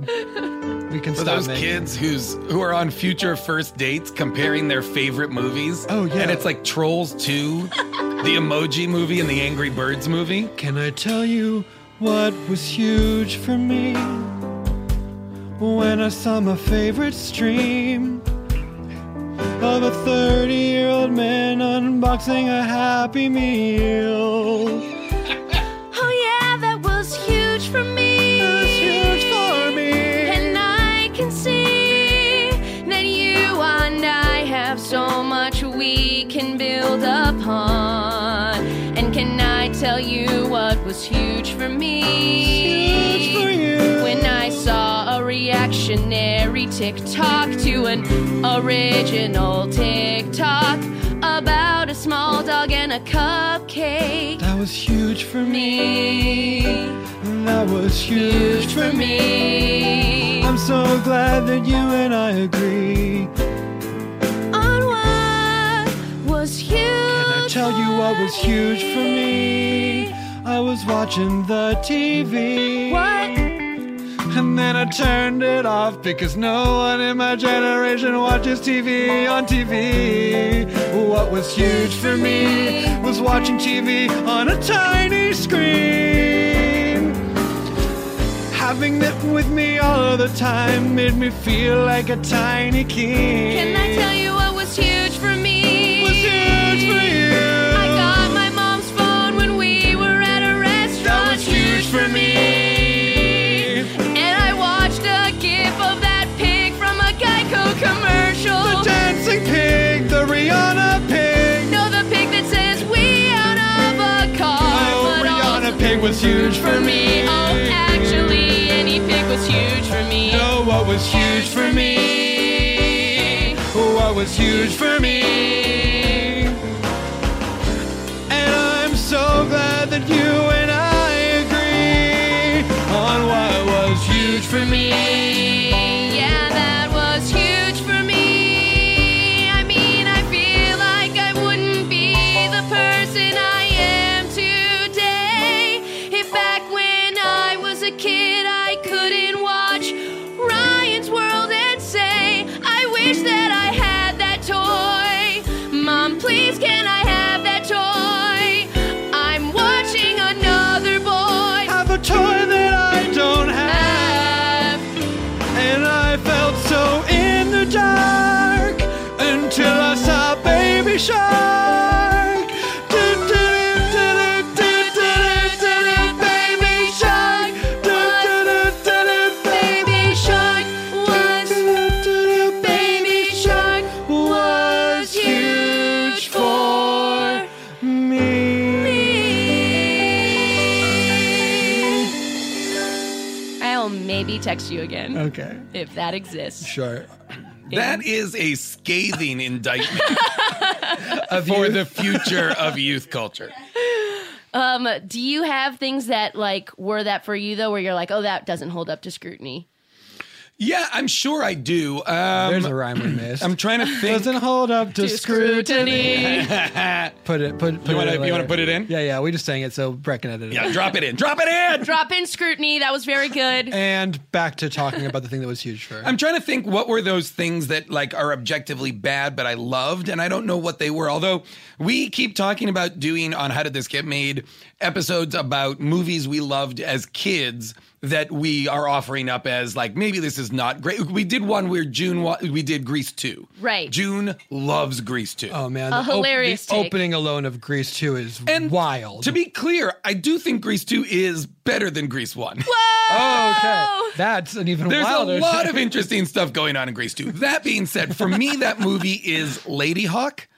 We can
for
stop
those
making-
kids who's who are on future first dates comparing their favorite movies.
Oh, yeah.
and it's like Trolls Two, the Emoji Movie, and the Angry Birds Movie.
Can I tell you what was huge for me? When I saw my favorite stream of a 30 year old man unboxing a Happy Meal.
Oh, yeah, that was huge for me.
That's huge for me.
And I can see that you and I have so much we can build upon. And can I tell you what was huge for me?
Huge for you.
When I saw a reactionary TikTok to an original TikTok about a small dog and a cupcake.
That was huge for me.
Me,
That was huge
huge
for
for
me.
me.
I'm so glad that you and I agree.
on what was huge.
Can I tell you what was huge for me? I was watching the TV.
What?
And then I turned it off because no one in my generation watches TV on TV. What was huge for me was watching TV on a tiny screen. Having them with me all of the time made me feel like a tiny king.
Can I tell you what was huge for me?
was huge for you?
I got my mom's phone when we were at a restaurant.
That was huge for me.
And I watched a gif of that pig from a Geico commercial.
The dancing pig, the Rihanna pig.
no, the pig that says we out of a car.
Oh,
but
Rihanna
also
pig was huge for me.
Oh, actually, any pig was huge for me.
Oh, what was huge for me? What was huge for me? And I'm so glad that you and I agree on what was huge for me.
Yeah, that was huge for me. I mean, I feel like I wouldn't be the person I am today if back when I was a kid I couldn't watch Ryan's World and say, I wish that I had that toy. Mom, please, can I have that toy? I'm watching another boy.
Have a toy that I don't
Have
have. And I felt so in the dark until I saw Baby Shark. Do-do-do-do-do-do-do-do-do, Baby Shark. Do-do-do-do-do, Baby Shark. Do-do-do-do-do, Baby Shark was huge for me.
I'll maybe text you again
Okay,
if that exists.
sure.
That is a scathing indictment
Of
for the future of youth culture.
Um, do you have things that like were that for you though, where you're like, oh, that doesn't hold up to scrutiny?
Yeah, I'm sure I do. Um,
There's a rhyme we missed.
I'm trying to think.
Doesn't hold up to, scrutiny. Put it. Put. put
You wanna-
it in
you wanna
later.
put it in?
Yeah, yeah. We just sang it, so Brett can edit it.
yeah,
out.
drop it in. Drop it in.
Drop in scrutiny. That was very good.
And back to talking about the thing that was huge for. her.
I'm trying to think what were those things that like are objectively bad, but I loved, and I don't know what they were. Although we keep talking about doing on How Did This Get Made episodes about movies we loved as kids that we are offering up as like maybe this is not great. We did one where June wa- we did Grease two.
Right.
June loves Grease two.
oh man,
A
the op-
hilarious
the
take.
opening alone of Grease Two is wild.
To be clear, I do think Grease two is better than Grease one.
oh, okay, that's an even
There's
wilder.
a lot of interesting stuff going on in Grease 2. That being said, for me, that movie is Lady Hawk,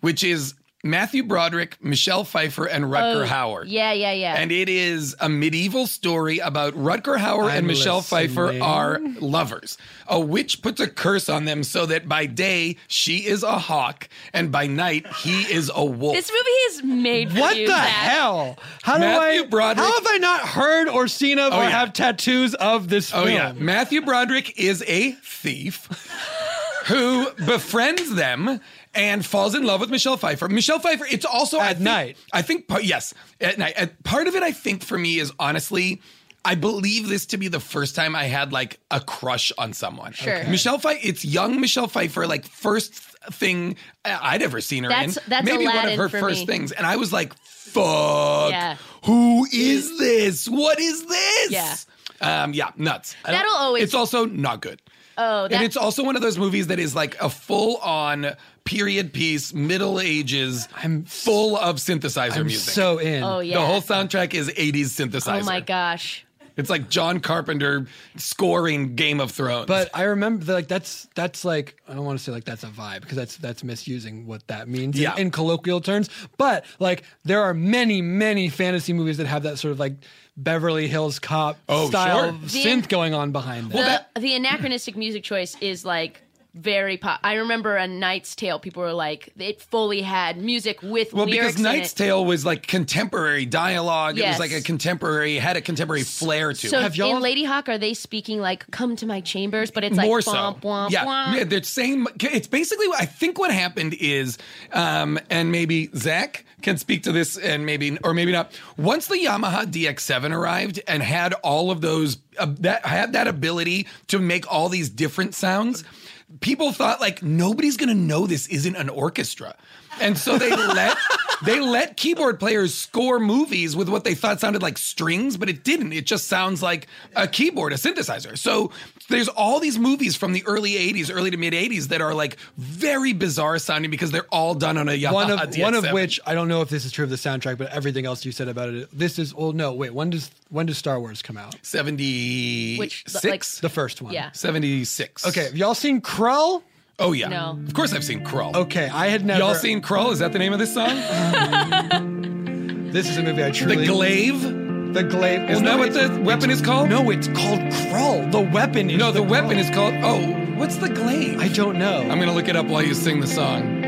which is Matthew Broderick, Michelle Pfeiffer, and Rutger
Oh,
Hauer.
Yeah, yeah, yeah.
And it is a medieval story about Rutger Hauer and
I'm
Michelle Pfeiffer
listening.
are lovers. A witch puts a curse on them so that by day she is a hawk and by night he is a wolf.
This movie is made for
What
you,
the
Zach.
hell? How do
Matthew
I?
Broderick-
How have I not heard or seen of
Oh,
or
yeah.
have tattoos of this
Oh
film?
yeah, Matthew Broderick is a thief who befriends them and falls in love with Michelle Pfeiffer. Michelle Pfeiffer. It's also at
night.
I think part, yes, at night. At- part of it, I think, for me is honestly. I believe this to be the first time I had like a crush on someone.
Sure. Okay.
Michelle Pfeiffer, it's young Michelle Pfeiffer, like first thing I- I'd ever seen her
That's-
in.
that's
Maybe one
Aladdin
of her
for
first
me.
things. And I was like, fuck,
Yeah.
who is this? What is this?
Yeah.
Um, yeah, nuts. I don't-
That'll always-
It's also not good.
Oh,
and
that-
it's also one of those movies that is like a full-on period piece, Middle Ages. I'm full of synthesizer
I'm
music.
so in.
Oh yeah.
The whole soundtrack is 80s synthesizer.
oh my gosh.
It's like John Carpenter scoring Game of Thrones.
But I remember like that's that's like I don't want to say like that's a vibe because that's that's misusing what that means in-
Yeah.
in, colloquial terms. But like there are many many fantasy movies that have that sort of like Beverly Hills Cop
Oh,
style
sure.
of synth going on behind them.
the, the anachronistic music choice is like very pop. I remember a Knight's Tale. People were like, it fully had music with
well,
lyrics
because Knight's
in it.
Tale was like contemporary dialogue.
Yes.
It was like a contemporary, had a contemporary flair to
So
it.
Have y'all-
in Lady Hawk, are they speaking like "Come to my chambers"? But it's like
more
womp,
so.
womp,
yeah.
womp.
yeah, they're saying it's basically. I think what happened is, um, and maybe Zach can speak to this, and maybe or maybe not. Once the Yamaha DX7 arrived and had all of those uh, that had that ability to make all these different sounds. People thought like nobody's gonna know this isn't an orchestra, and so they let they let keyboard players score movies with what they thought sounded like strings, but it didn't. It just sounds like a keyboard, a synthesizer. So there's all these movies from the early 80s, early to mid 80s that are like very bizarre sounding because they're all done on a Yamaha
one of one of
DX7.
which I don't know if this is true of the soundtrack, but everything else you said about it. This is oh no wait when does when does Star Wars come out?
76
Which, like-
The first one.
Yeah.
76.
Okay, have y'all seen Krull?
Oh yeah.
No.
Of course I've seen Krull.
Okay, I had never.
Y'all seen Krull? Is that the name of this song?
This is a movie I
the
truly.
Glaive?
The glaive.
Isn't that what the weapon is called?
No, it's called Krull. The weapon is.
No, the weapon
Krull.
is called Oh, what's the Glaive?
I don't know.
I'm gonna look it up while you sing the song.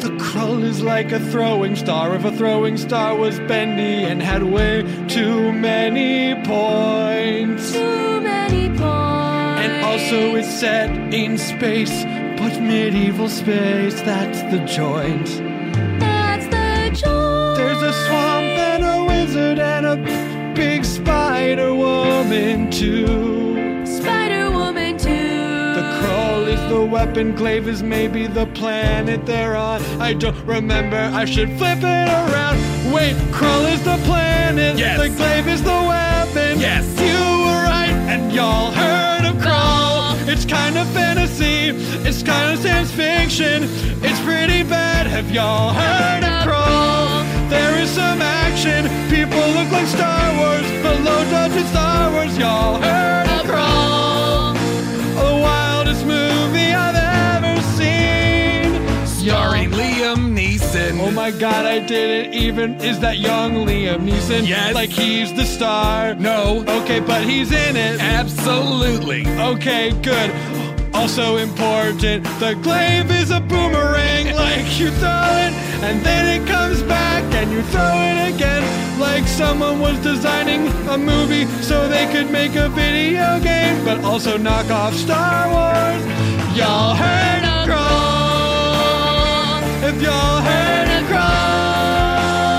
The Krull is like a throwing star. If a throwing star was bendy and had way too many points.
Too many points.
And also it's set in space, but medieval space, that's the joint.
that's the joy.
There's a swamp and a wizard and a big spider woman too.
Spider Woman 2.
The crawl is the weapon, glaive is maybe the planet they're on. I don't remember, I should flip it around. Wait, crawl is the planet,
Yes.
the glaive is the weapon.
Yes.
You were right, and y'all heard of crawl. It's kind of fantasy, it's kind of science fiction. It's pretty bad, have y'all heard of crawl? There is some action, people look like Star Wars, but low dodge is Star Wars, y'all heard of crawl. The wildest movie I've ever seen.
Starring Liam Neeson.
Oh my god, I didn't even. Is that young Liam Neeson?
Yes.
Like he's the star.
No.
Okay, but he's in it.
Absolutely.
Okay, good. Also important, the glaive is a boomerang. Like you throw it, and then it comes back, and you throw it again. Like someone was designing a movie so they could make a video game, but also knock off Star Wars. Y'all heard of crawl. If y'all heard of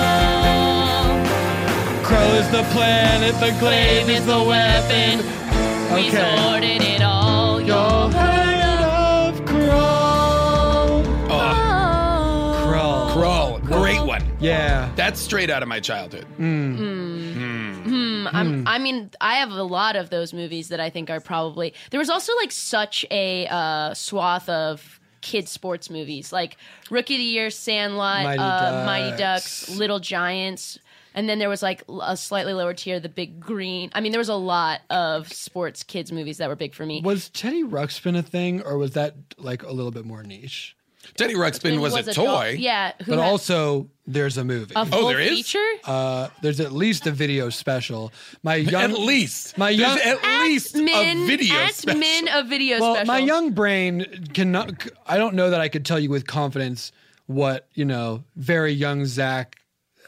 crawl. Crawl is the planet, the glaive is the weapon.
We sorted it all.
Y'all heard of Crawl?
Oh,
Crawl.
Krull. Great one.
Yeah.
That's straight out of my childhood.
Mm.
I'm, I mean, I have a lot of those movies that I think are probably. There was also like such a uh, swath of kids sports movies, like Rookie of the Year, Sandlot,
Mighty
uh, Mighty
Ducks.
Ducks, Little Giants, and then there was like l- a slightly lower tier, The Big Green. I mean, there was a lot of sports kids movies that were big for me.
Was Teddy Ruxpin a thing, or was that like a little bit more niche?
Teddy Ruxpin was,
was
a
a
toy.
doll. Yeah, who
but
had-
also there's a movie.
A full Oh, there is? feature?
Uh, there's at least a video special. My young,
At least.
my
There's
young,
at least
Min,
a video
at
special.
Min a video
well,
special.
my young brain cannot. c- I don't know that I could tell you with confidence what you know. Very young Zach,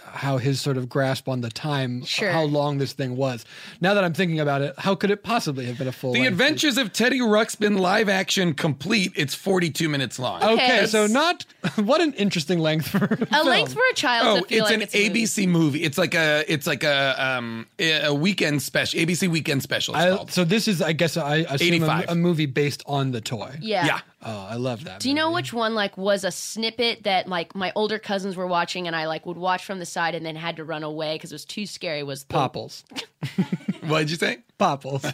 how his sort of grasp on the time,
Sure.
how long this thing was. Now that I'm thinking about it, how could it possibly have been a full?
The
length?
Adventures of Teddy Ruxpin live action complete. It's 42 minutes long.
Okay, so not what an interesting length for
a length for a child.
Oh,
to feel
it's
like
an
it's a movie.
ABC movie. It's like a it's like a um a weekend special. ABC weekend special. It's
I,
called.
so this is, I guess, I assume a,
85.
a movie based on the toy.
Yeah. Yeah.
Oh, I love that.
Do you know which one like was a snippet that like my older cousins were watching and I like would watch from the side and then had to run away because it was too scary? Was the,
Popples.
What'd you
Um,
say?
Popples.
was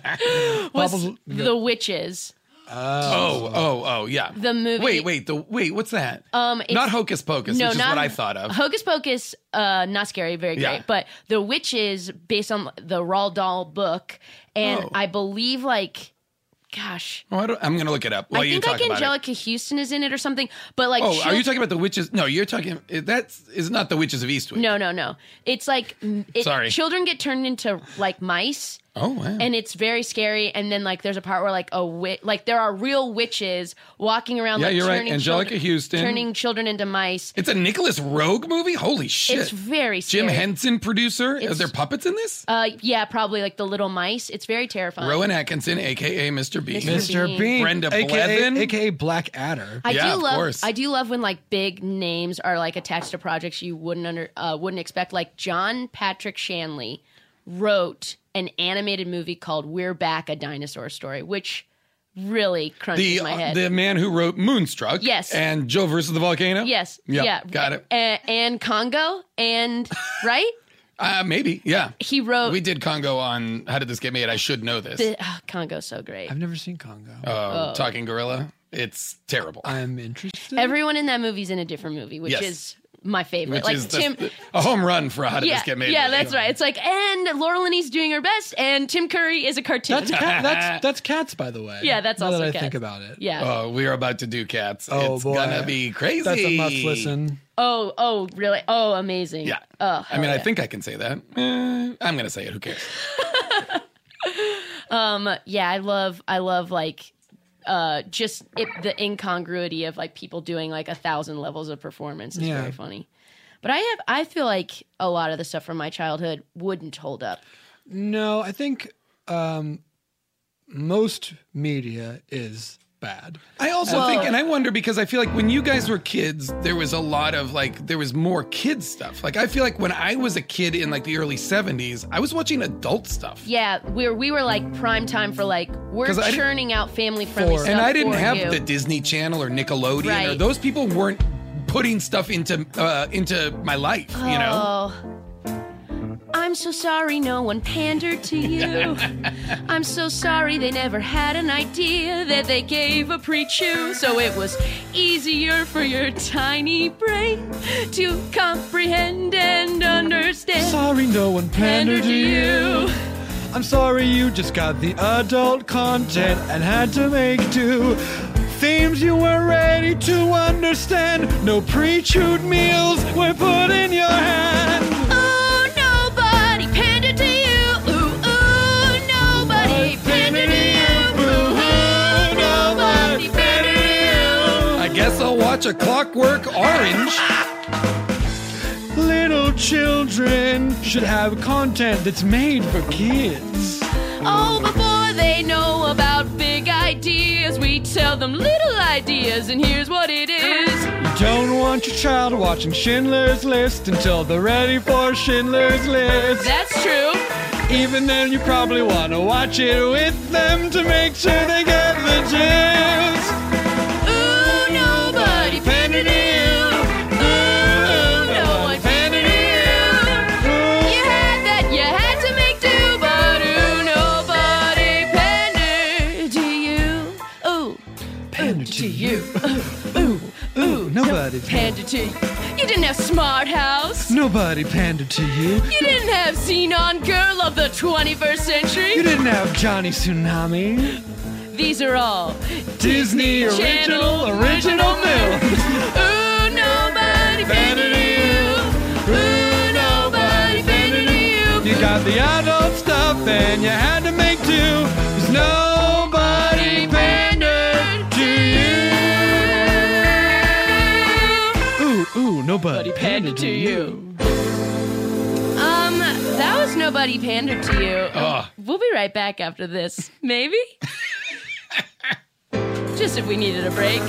Popples-
the witches?
Oh, oh, oh, yeah.
The movie-
Wait, wait, the wait. What's that?
Um, it's-
not Hocus Pocus,
no,
which is
not
what I thought of.
Hocus Pocus, uh, not scary, very great,
Yeah.
but the witches based on the Roald Dahl book, and
Oh.
I believe like, gosh,
Oh, I don't, I'm gonna look it up. While
I
you
think
talk
like
about it.
Angelica Houston is in it or something. But like,
Oh, are
she'll-
you talking about the witches? No, you're talking. That's is not the witches of Eastwick.
No, no, no. It's like m- it,
Sorry.
children get turned into like mice.
Oh, wow.
And it's very scary. And then like there's a part where like a wit like there are real witches walking around.
Yeah,
like,
you're right.
turning
Angelica
children-
Houston.
turning children into mice.
It's a Nicholas Rogue movie. Holy shit!
It's very
Jim
scary.
Henson producer. Are
It's-
there puppets in this?
Uh, yeah, probably like the little mice. It's very terrifying.
Rowan Atkinson, aka Mr. Bean.
Mr. Bean.
Brenda
AKA,
Blevin.
AKA Black Adder.
I
Yeah,
do
of
love.
course.
I do love when like big names are like attached to projects you wouldn't under uh, wouldn't expect. Like John Patrick Shanley wrote an animated movie called "We're Back: A Dinosaur Story," which really crunches
the uh,
my head.
the man who wrote Moonstruck.
Yes.
And Joe versus the volcano.
yes,
Yep,
yeah,
Got it.
A- and Congo, and right,
Uh, maybe. Yeah.
he wrote
We did Congo on How Did This Get Made? I should know this.
the oh, Congo's so great.
I've never seen Congo.
Uh, Talking Gorilla. It's terrible.
I'm interested.
Everyone in that movie's in a different movie, which
Yes.
is my favorite.
which
like
is the-
Tim,
a home run for a How Did
yeah,
This Get Made?
yeah,
movie.
that's right. It's like, and Laura Linney's doing her best, and Tim Curry is a cartoon.
That's, cat, that's that's cats, by the way.
Yeah, that's
now
also
that I
cats.
think about it.
yeah.
Oh, we are about to do cats.
Oh,
it's
boy.
gonna be crazy.
That's a must listen.
Oh, oh, really? Oh, amazing.
Yeah.
Oh,
I mean, I think I can say that. Eh, I'm gonna say it. Who cares?
I, yeah, I love, I love like, uh, just it, the incongruity of like people doing like a thousand levels of performance is
Yeah.
very funny. But I have, I feel like a lot of the stuff from my childhood wouldn't hold up.
No, I think um, most media is bad.
I also think, and I wonder because I feel like when you guys were kids, there was a lot of like, there was more kids stuff. Like, I feel like when I was a kid in like the early 70s, I was watching adult stuff.
Yeah, we were, we were like prime time for like we're
'Cause I didn't-
churning out family friendly stuff.
and I didn't
for
have
you.
the Disney Channel or Nickelodeon or
Right.
those people weren't putting stuff into uh, into my life. You know,
Oh. I'm so sorry no one pandered to you. I'm so sorry they never had an idea that they gave a pre chew. So it was easier for your tiny brain to comprehend and understand.
Sorry, no one pandered to you. I'm sorry you just got the adult content and had to make do. Themes you were ready to understand. No pre-chewed meals were put in your hand.
Ooh, nobody pandered to you. Ooh, ooh, nobody pandered to you. Boo hoo, nobody pandered to you.
I guess I'll watch a Clockwork Orange.
Little children should have content that's made for kids.
Oh, before they know about big ideas, we tell them little ideas, and here's what it is.
You don't want your child watching Schindler's List until they're ready for Schindler's List.
That's true.
Even then, you probably want to watch it with them to make sure they get the gist.
Ooh, nobody pandered to you. Ooh, no one pandered to you. You had that, you had to make do, but ooh, nobody pandered to you. Ooh,
Pander
to you. Ooh, ooh, ooh,
Nobody
pandered to you. You didn't have smart house.
Nobody pandered to you.
You didn't have Xenon Girl of the 21st
You
Century.
didn't have Johnny Tsunami.
These are all
Disney
Channel
original original
original
films.
pandered to you. Um, that was nobody pandered to you.
Ugh.
We'll be right back after this, maybe. Just if we needed a break.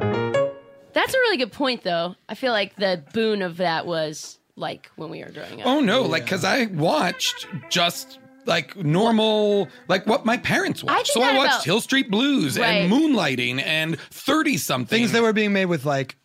That's a really good point, though. I feel like the boon of that was like when we were growing up.
Oh no, like because I watched just like normal, like what my parents watched.
think
so I
that
watched
about-
Hill Street Blues and
Right.
Moonlighting and Thirty Something.
Things that were being made with like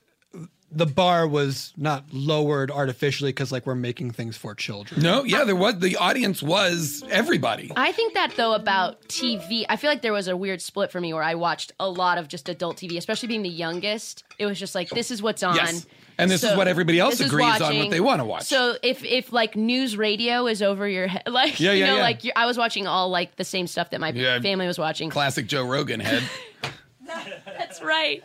the bar was not lowered artificially because like we're making things for children.
No, yeah, there was the audience was everybody.
I think that though about TV, I feel like there was a weird split for me where I watched a lot of just adult TV, especially being the youngest. It was just like this is what's on.
Yes. And this is what everybody else
this is
agrees on what
watching.
they wanna watch.
So if if like news radio is over your head, like
Yeah,
you
yeah,
know,
yeah.
like you I was watching all like the same stuff that my
Yeah.
family was watching.
Classic Joe Rogan head.
That's right.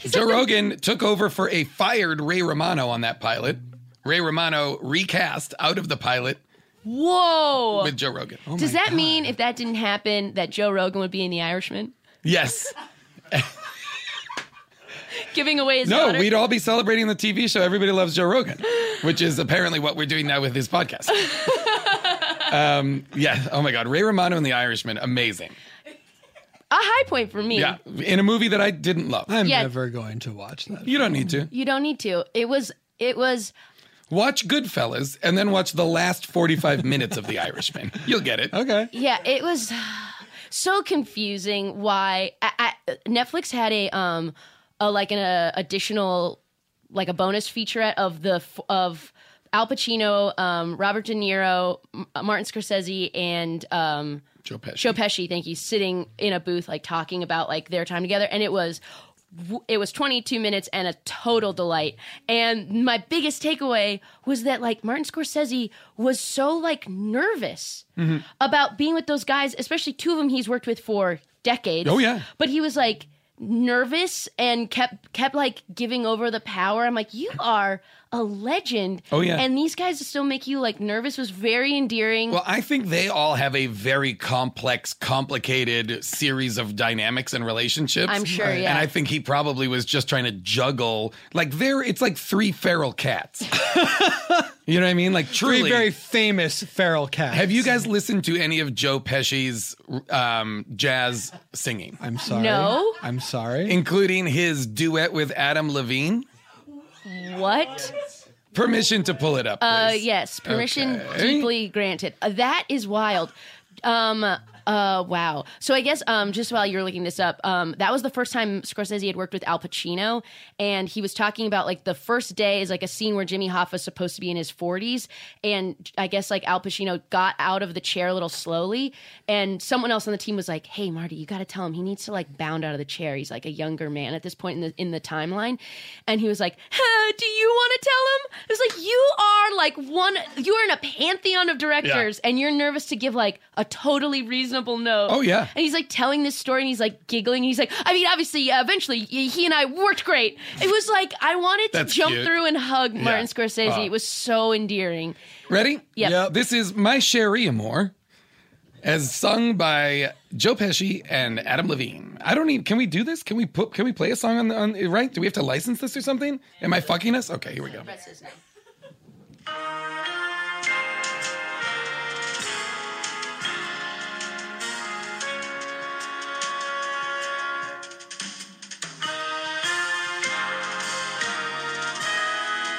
Joe Rogan took over for a fired Ray Romano on that pilot. Ray Romano recast out of the pilot
Whoa.
with Joe Rogan. Oh
Does that mean if that didn't happen that Joe Rogan would be in The Irishman,
Yes.
giving away his
No,
daughter?
we'd all be celebrating the TV show Everybody Loves Joe Rogan, which is apparently what we're doing now with his podcast. um, yeah. Oh my God. Ray Romano and the Irishman. Amazing.
a high point for me.
Yeah. In a movie that I didn't love.
I'm
Yeah.
never going to watch that.
You don't need to.
You don't need to. It was it was
Watch Goodfellas and then watch the last 45 minutes of The Irishman. You'll get it.
Okay.
yeah it was so confusing why I, I, netflix had a um a, like an uh, additional like a bonus featurette of the f- of al pacino um robert de niro M- martin scorsese and um
Joe Pesci.
Joe Pesci, thank you, sitting in a booth like talking about like their time together, and it was w- it was 22 minutes and a total delight. And my biggest takeaway was that like Martin Scorsese was so like nervous
Mm-hmm.
about being with those guys, especially two of them he's worked with for decades.
Oh, yeah.
but he was like nervous and kept kept like giving over the power. I'm like, you are a legend.
Oh, yeah.
and these guys still make you like nervous. It Was very endearing.
Well, I think they all have a very complex, complicated series of dynamics and relationships.
I'm sure, Right. yeah.
And I think he probably was just trying to juggle like there. It's like three feral cats. you know what I mean? Like truly.
Three very famous feral cats.
have you guys listened to any of Joe Pesci's um, jazz singing,
I'm sorry.
No.
I'm sorry.
including his duet with Adam Levine?
what?
Permission to pull it up.
Uh,
please.
yes, permission
Okay.
deeply granted. Uh, that is wild. Um, uh, wow. So I guess um, just while you're looking this up, um, that was the first time Scorsese had worked with Al Pacino, and he was talking about like the first day is like a scene where Jimmy Hoffa's supposed to be in his 40s, and I guess like Al Pacino got out of the chair a little slowly, and someone else on the team was like, "Hey, Marty, you got to tell him he needs to like bound out of the chair. He's like a younger man at this point in the in the timeline," and he was like, "Huh, "Do you want to tell him?" It was like you are like one, you are in a pantheon of directors, and you're nervous to give like a totally reasonable note.
Oh, yeah.
And he's like telling this story, and he's like giggling. He's like, "I mean, obviously, uh, eventually, y- he and I worked great." It was like I wanted to
That's
jump
cute.
through and hug Martin
Yeah. Uh.
Scorsese. It was so endearing.
Ready?
Yep. Yep.
This is My Sherry Amore, as sung by Joe Pesci and Adam Levine. I don't even. Can we do this? Can we put? Can we play a song on the on? Right? Do we have to license this or something? Am I fucking us? Okay, here we go.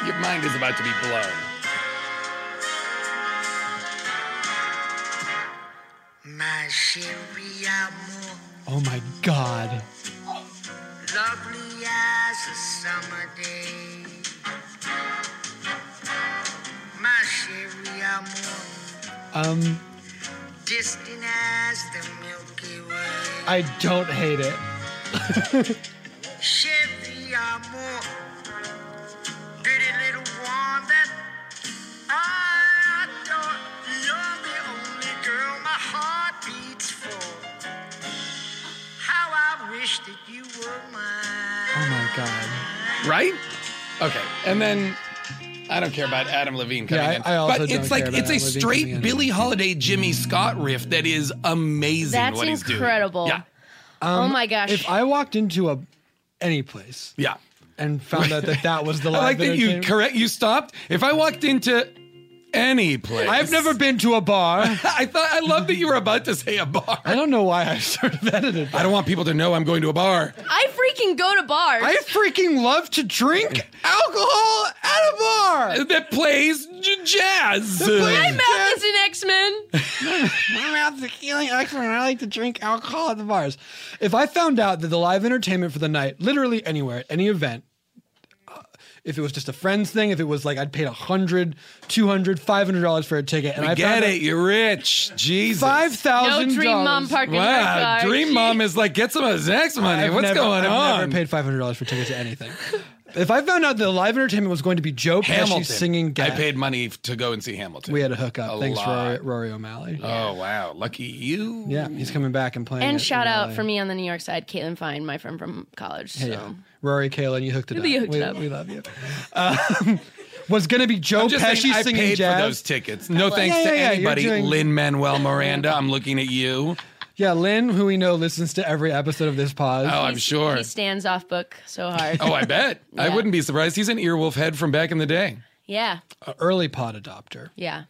Your mind is about to be blown.
My sherry amor,
Oh my god.
lovely as a summer day. My sherry amor,
Um,
distant as the Milky Way.
I don't hate it.
Sherry amor, pretty little one that I adore. You're the only girl my heart beats for. How I wish that you were mine.
Oh my god.
Right? Okay. And then I don't care about Adam Levine coming
Yeah, I-
in.
I also
but
don't
it's
care
like
about
it's a
Adam Levine
straight
coming in.
Billie Holiday Jimmy Scott riff that is amazing
That's
what he's doing.
incredible.
Yeah.
Um,
oh my gosh.
If I walked into a any place,
yeah,
and found out that that was the live
I like that you
entertainment-
correct. You stopped. If I walked into any place,
I've never been to a bar.
I thought I love that you were about to say a bar.
I don't know why I started that. At a
I don't want people to know I'm going to a bar.
I freaking go to bars.
I freaking love to drink alcohol at a bar.
that plays j- jazz.
My mouth is an X Men.
My mouth's a healing excellent. I like to drink alcohol at the bars. If I found out that the live entertainment for the night, literally anywhere, at any event, uh, if it was just a friend's thing, if it was like I'd paid 100 200 $500 for a ticket, and
We
I
get
found
it. You're rich. Jesus.
Five thousand.
No Dream Mom parking lot
Wow.
guy.
Dream mom is like, get some of this X money.
I've
What's
never-
going
I've
on?
Never paid five hundred dollars for tickets to anything. if I found out the live entertainment was going to be Joe
Hamilton
Pesci singing,
I
Get It,
paid money f- to go and see Hamilton.
We had a hookup.
A
Thanks,
lot.
Rory, Rory O'Malley.
Oh wow, lucky you.
Yeah, he's coming back and playing.
And
it
shout
in
out
LA.
for me on the New York side, Caitlin Fine, my friend from college.
Hey,
so.
yeah. Rory, Kaylin, you hooked it up.
You hooked
we,
it up.
we love you. Um, was going to be Joe
I'm just
Pesci
saying, I
singing
paid
jazz.
for those tickets. No thanks
yeah,
to
yeah, yeah, you're
anybody.
doing-
Lin Manuel Miranda, I'm looking at you.
Yeah, Lynn, who we know listens to every episode of this pause.
Oh, I'm sure.
He stands off book so hard.
Oh, I bet. I
Yeah.
wouldn't be surprised. He's an earwolf head from back in the day.
Yeah,
Oh.
An early pod adopter.
yeah.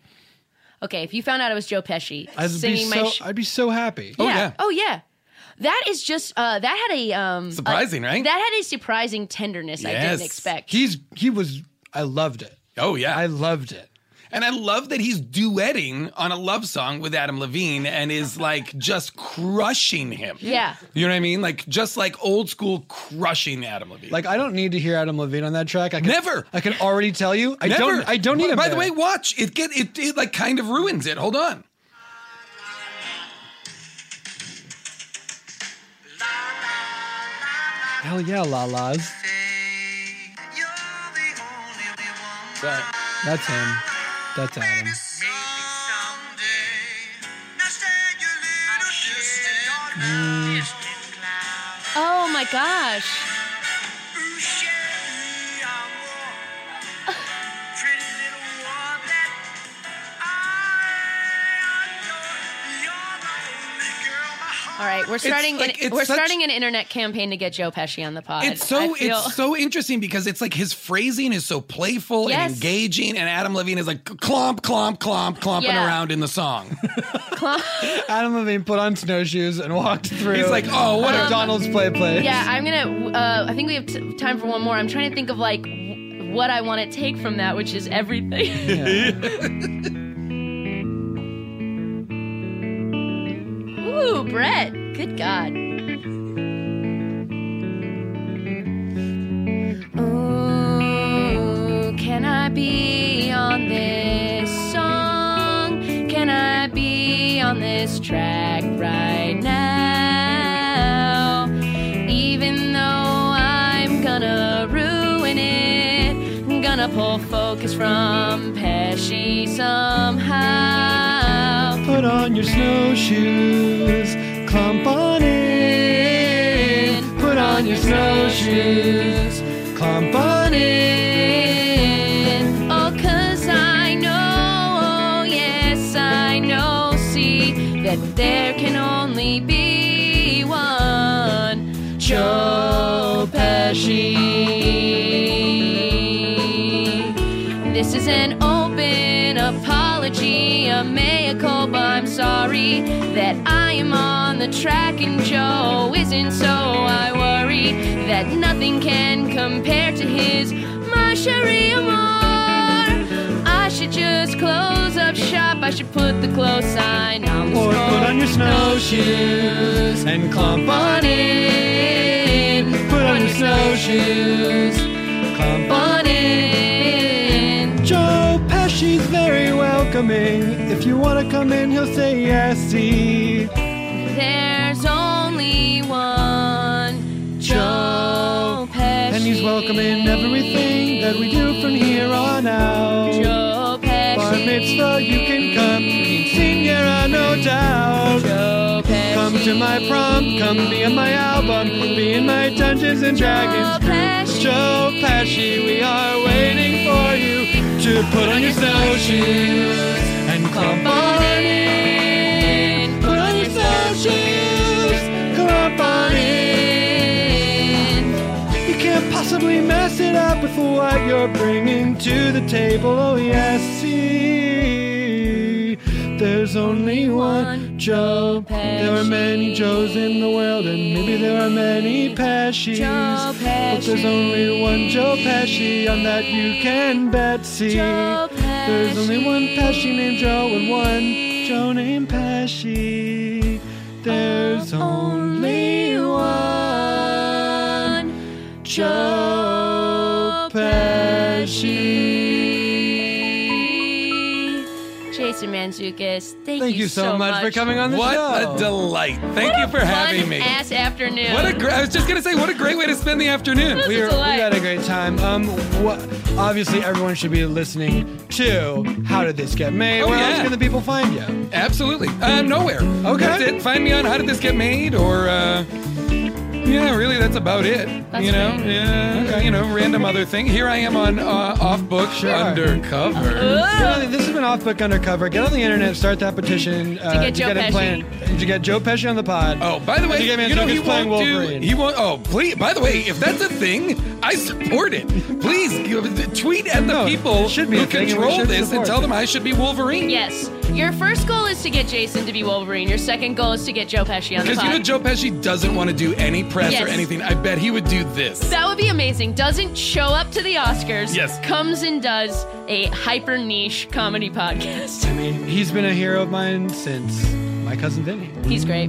Okay, if you found out it was Joe Pesci
I'd be,
singing my.
so,
sh-
I'd be so happy.
yeah. Oh yeah. That is just uh that had a um
Surprising,
a-
right?
That had a surprising tenderness I
Yes.
didn't expect.
He's he was I loved it.
Oh yeah.
I loved it.
and I love that he's duetting on a love song with Adam Levine and is like just crushing him.
yeah.
You know what I mean? Like just like old school crushing Adam Levine.
Like I don't need to hear Adam Levine on that track. I can,
Never.
I can already tell you. I
Never.
don't. I don't need him.
By the
there.
way, watch it. Get it. It like kind of ruins it. Hold on.
hell yeah, la la's.
Sorry.
That's him. That's Adam.
Oh my gosh. All right, we're starting.
like-
an,
it's
we're
such-
starting an internet campaign to get Joe Pesci on the pod.
It's so
I feel-
it's so interesting because it's like his phrasing is so playful
Yes.
and engaging, and Adam Levine is like clomp, clomp, clomp, clomping
Yeah.
around in the song.
Adam Levine put on snowshoes and walked through.
He's like, oh, what a
McDonald's play play.
Yeah, I'm gonna. Uh, I think we have t- time for one more. I'm trying to think of like w- what I want to take from that, which is everything. Ooh, Brett. Good God. Ooh, can I be on this song? Can I be on this track right now? Even though I'm gonna ruin it, gonna pull focus from Pesci somehow.
Put on your snowshoes, clump on in. Put on your snowshoes, clump on in.
Oh, cause I know, oh, yes, I know, see, that there can only be one Joe Pesci. This is an open apology, a mea culpa, I'm sorry that I am on the track and Joe isn't, so I worry that nothing can compare to his Mashery Amor. I should just close up shop, I should put the close sign on the
Or
store.
put on your snowshoes and clump on in. Put on your snowshoes, clump on
on
in.
in.
Joe Pesci's very welcoming. If you want to come in, he'll say yes. See.
There's only one Joe Pesci.
And he's welcoming everything that we do from here on out.
Joe Pesci.
Bar mitzvah, you can come. Quinceanera, no doubt.
Joe Pesci.
Come to my prom, come be on my album, be in my Dungeons and Dragons
Pesci.
group. Joe Pesci, we are waiting for you to put on your snowshoes and clump on in. Put on your snowshoes, clump on Spice it up with what you're bringing to the table. Oh, yes, see, there's only one Joe. There are many Joes in the world, and maybe there are many Pesci's. But there's only one Joe Pesci, on that you can bet. See, there's only one Pesci named Joe, and one Joe named Pesci. There's only one Joe Pesci.
Jason Manzukis, thank,
Thank you so much for coming on the
what
show.
a delight. Thank
What
you
a
for having
fun
me.
Ass afternoon.
What a great! I was just gonna say, what a great way to spend the afternoon.
We, were- we had a great time. Um, what, obviously, everyone should be listening to How Did This Get Made?
Oh,
Where
yeah.
else can the people find you?
Absolutely. Uh, nowhere.
Okay.
That's it. Find me on How Did This Get Made or, uh, yeah, really, that's about it. you know? Yeah. You know, random other thing. Here I am on uh, Off Book Undercover.
Really, this has been Off Book Undercover. Get on the internet, start that petition uh,
get Joe
it
Pesci.
planned- to get Joe Pesci on the pod.
Oh, by the way,
to
you
get
know
Manzukis
he
playing
won't
Wolverine.
do. He won't. Oh, please. By the way, if that's a thing, I support it. Please give- tweet at the
No,
people
it should be a
who
thing and we
control
should
this and
support
tell
it.
them I should be Wolverine.
Yes. Your first goal is to get Jason to be Wolverine. Your second goal is to get Joe Pesci on the
Because
pod.
you know Joe Pesci doesn't want to do any press or
Yes.
anything. I bet he would do this.
that would be amazing. Doesn't show up to the Oscars.
Yes.
Comes and does a hyper niche comedy podcast.
I mean, he's been a hero of mine since my cousin Vinny.
He's great.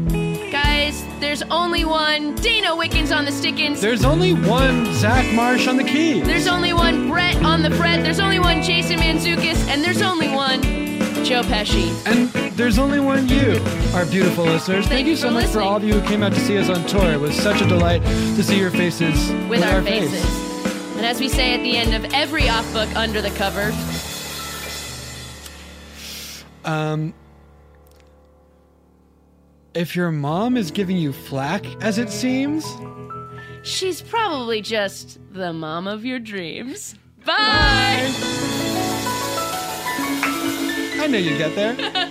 Guys, there's only one Dana Wickens on the Stickins.
There's only one Zach Marsh on the key.
There's only one Brett on the Fred. There's only one Jason Manzukis, and there's only one Joe Pesci.
And there's only one you, our beautiful listeners. Thank, you so much for all of you who came out to see us on tour. It was such a delight to see your faces with,
with our
face.
faces. And as we say at the end of every off book under the cover,
Um, if your mom is giving you flack, as it seems,
she's probably just the mom of your dreams. Bye!
I know you get there.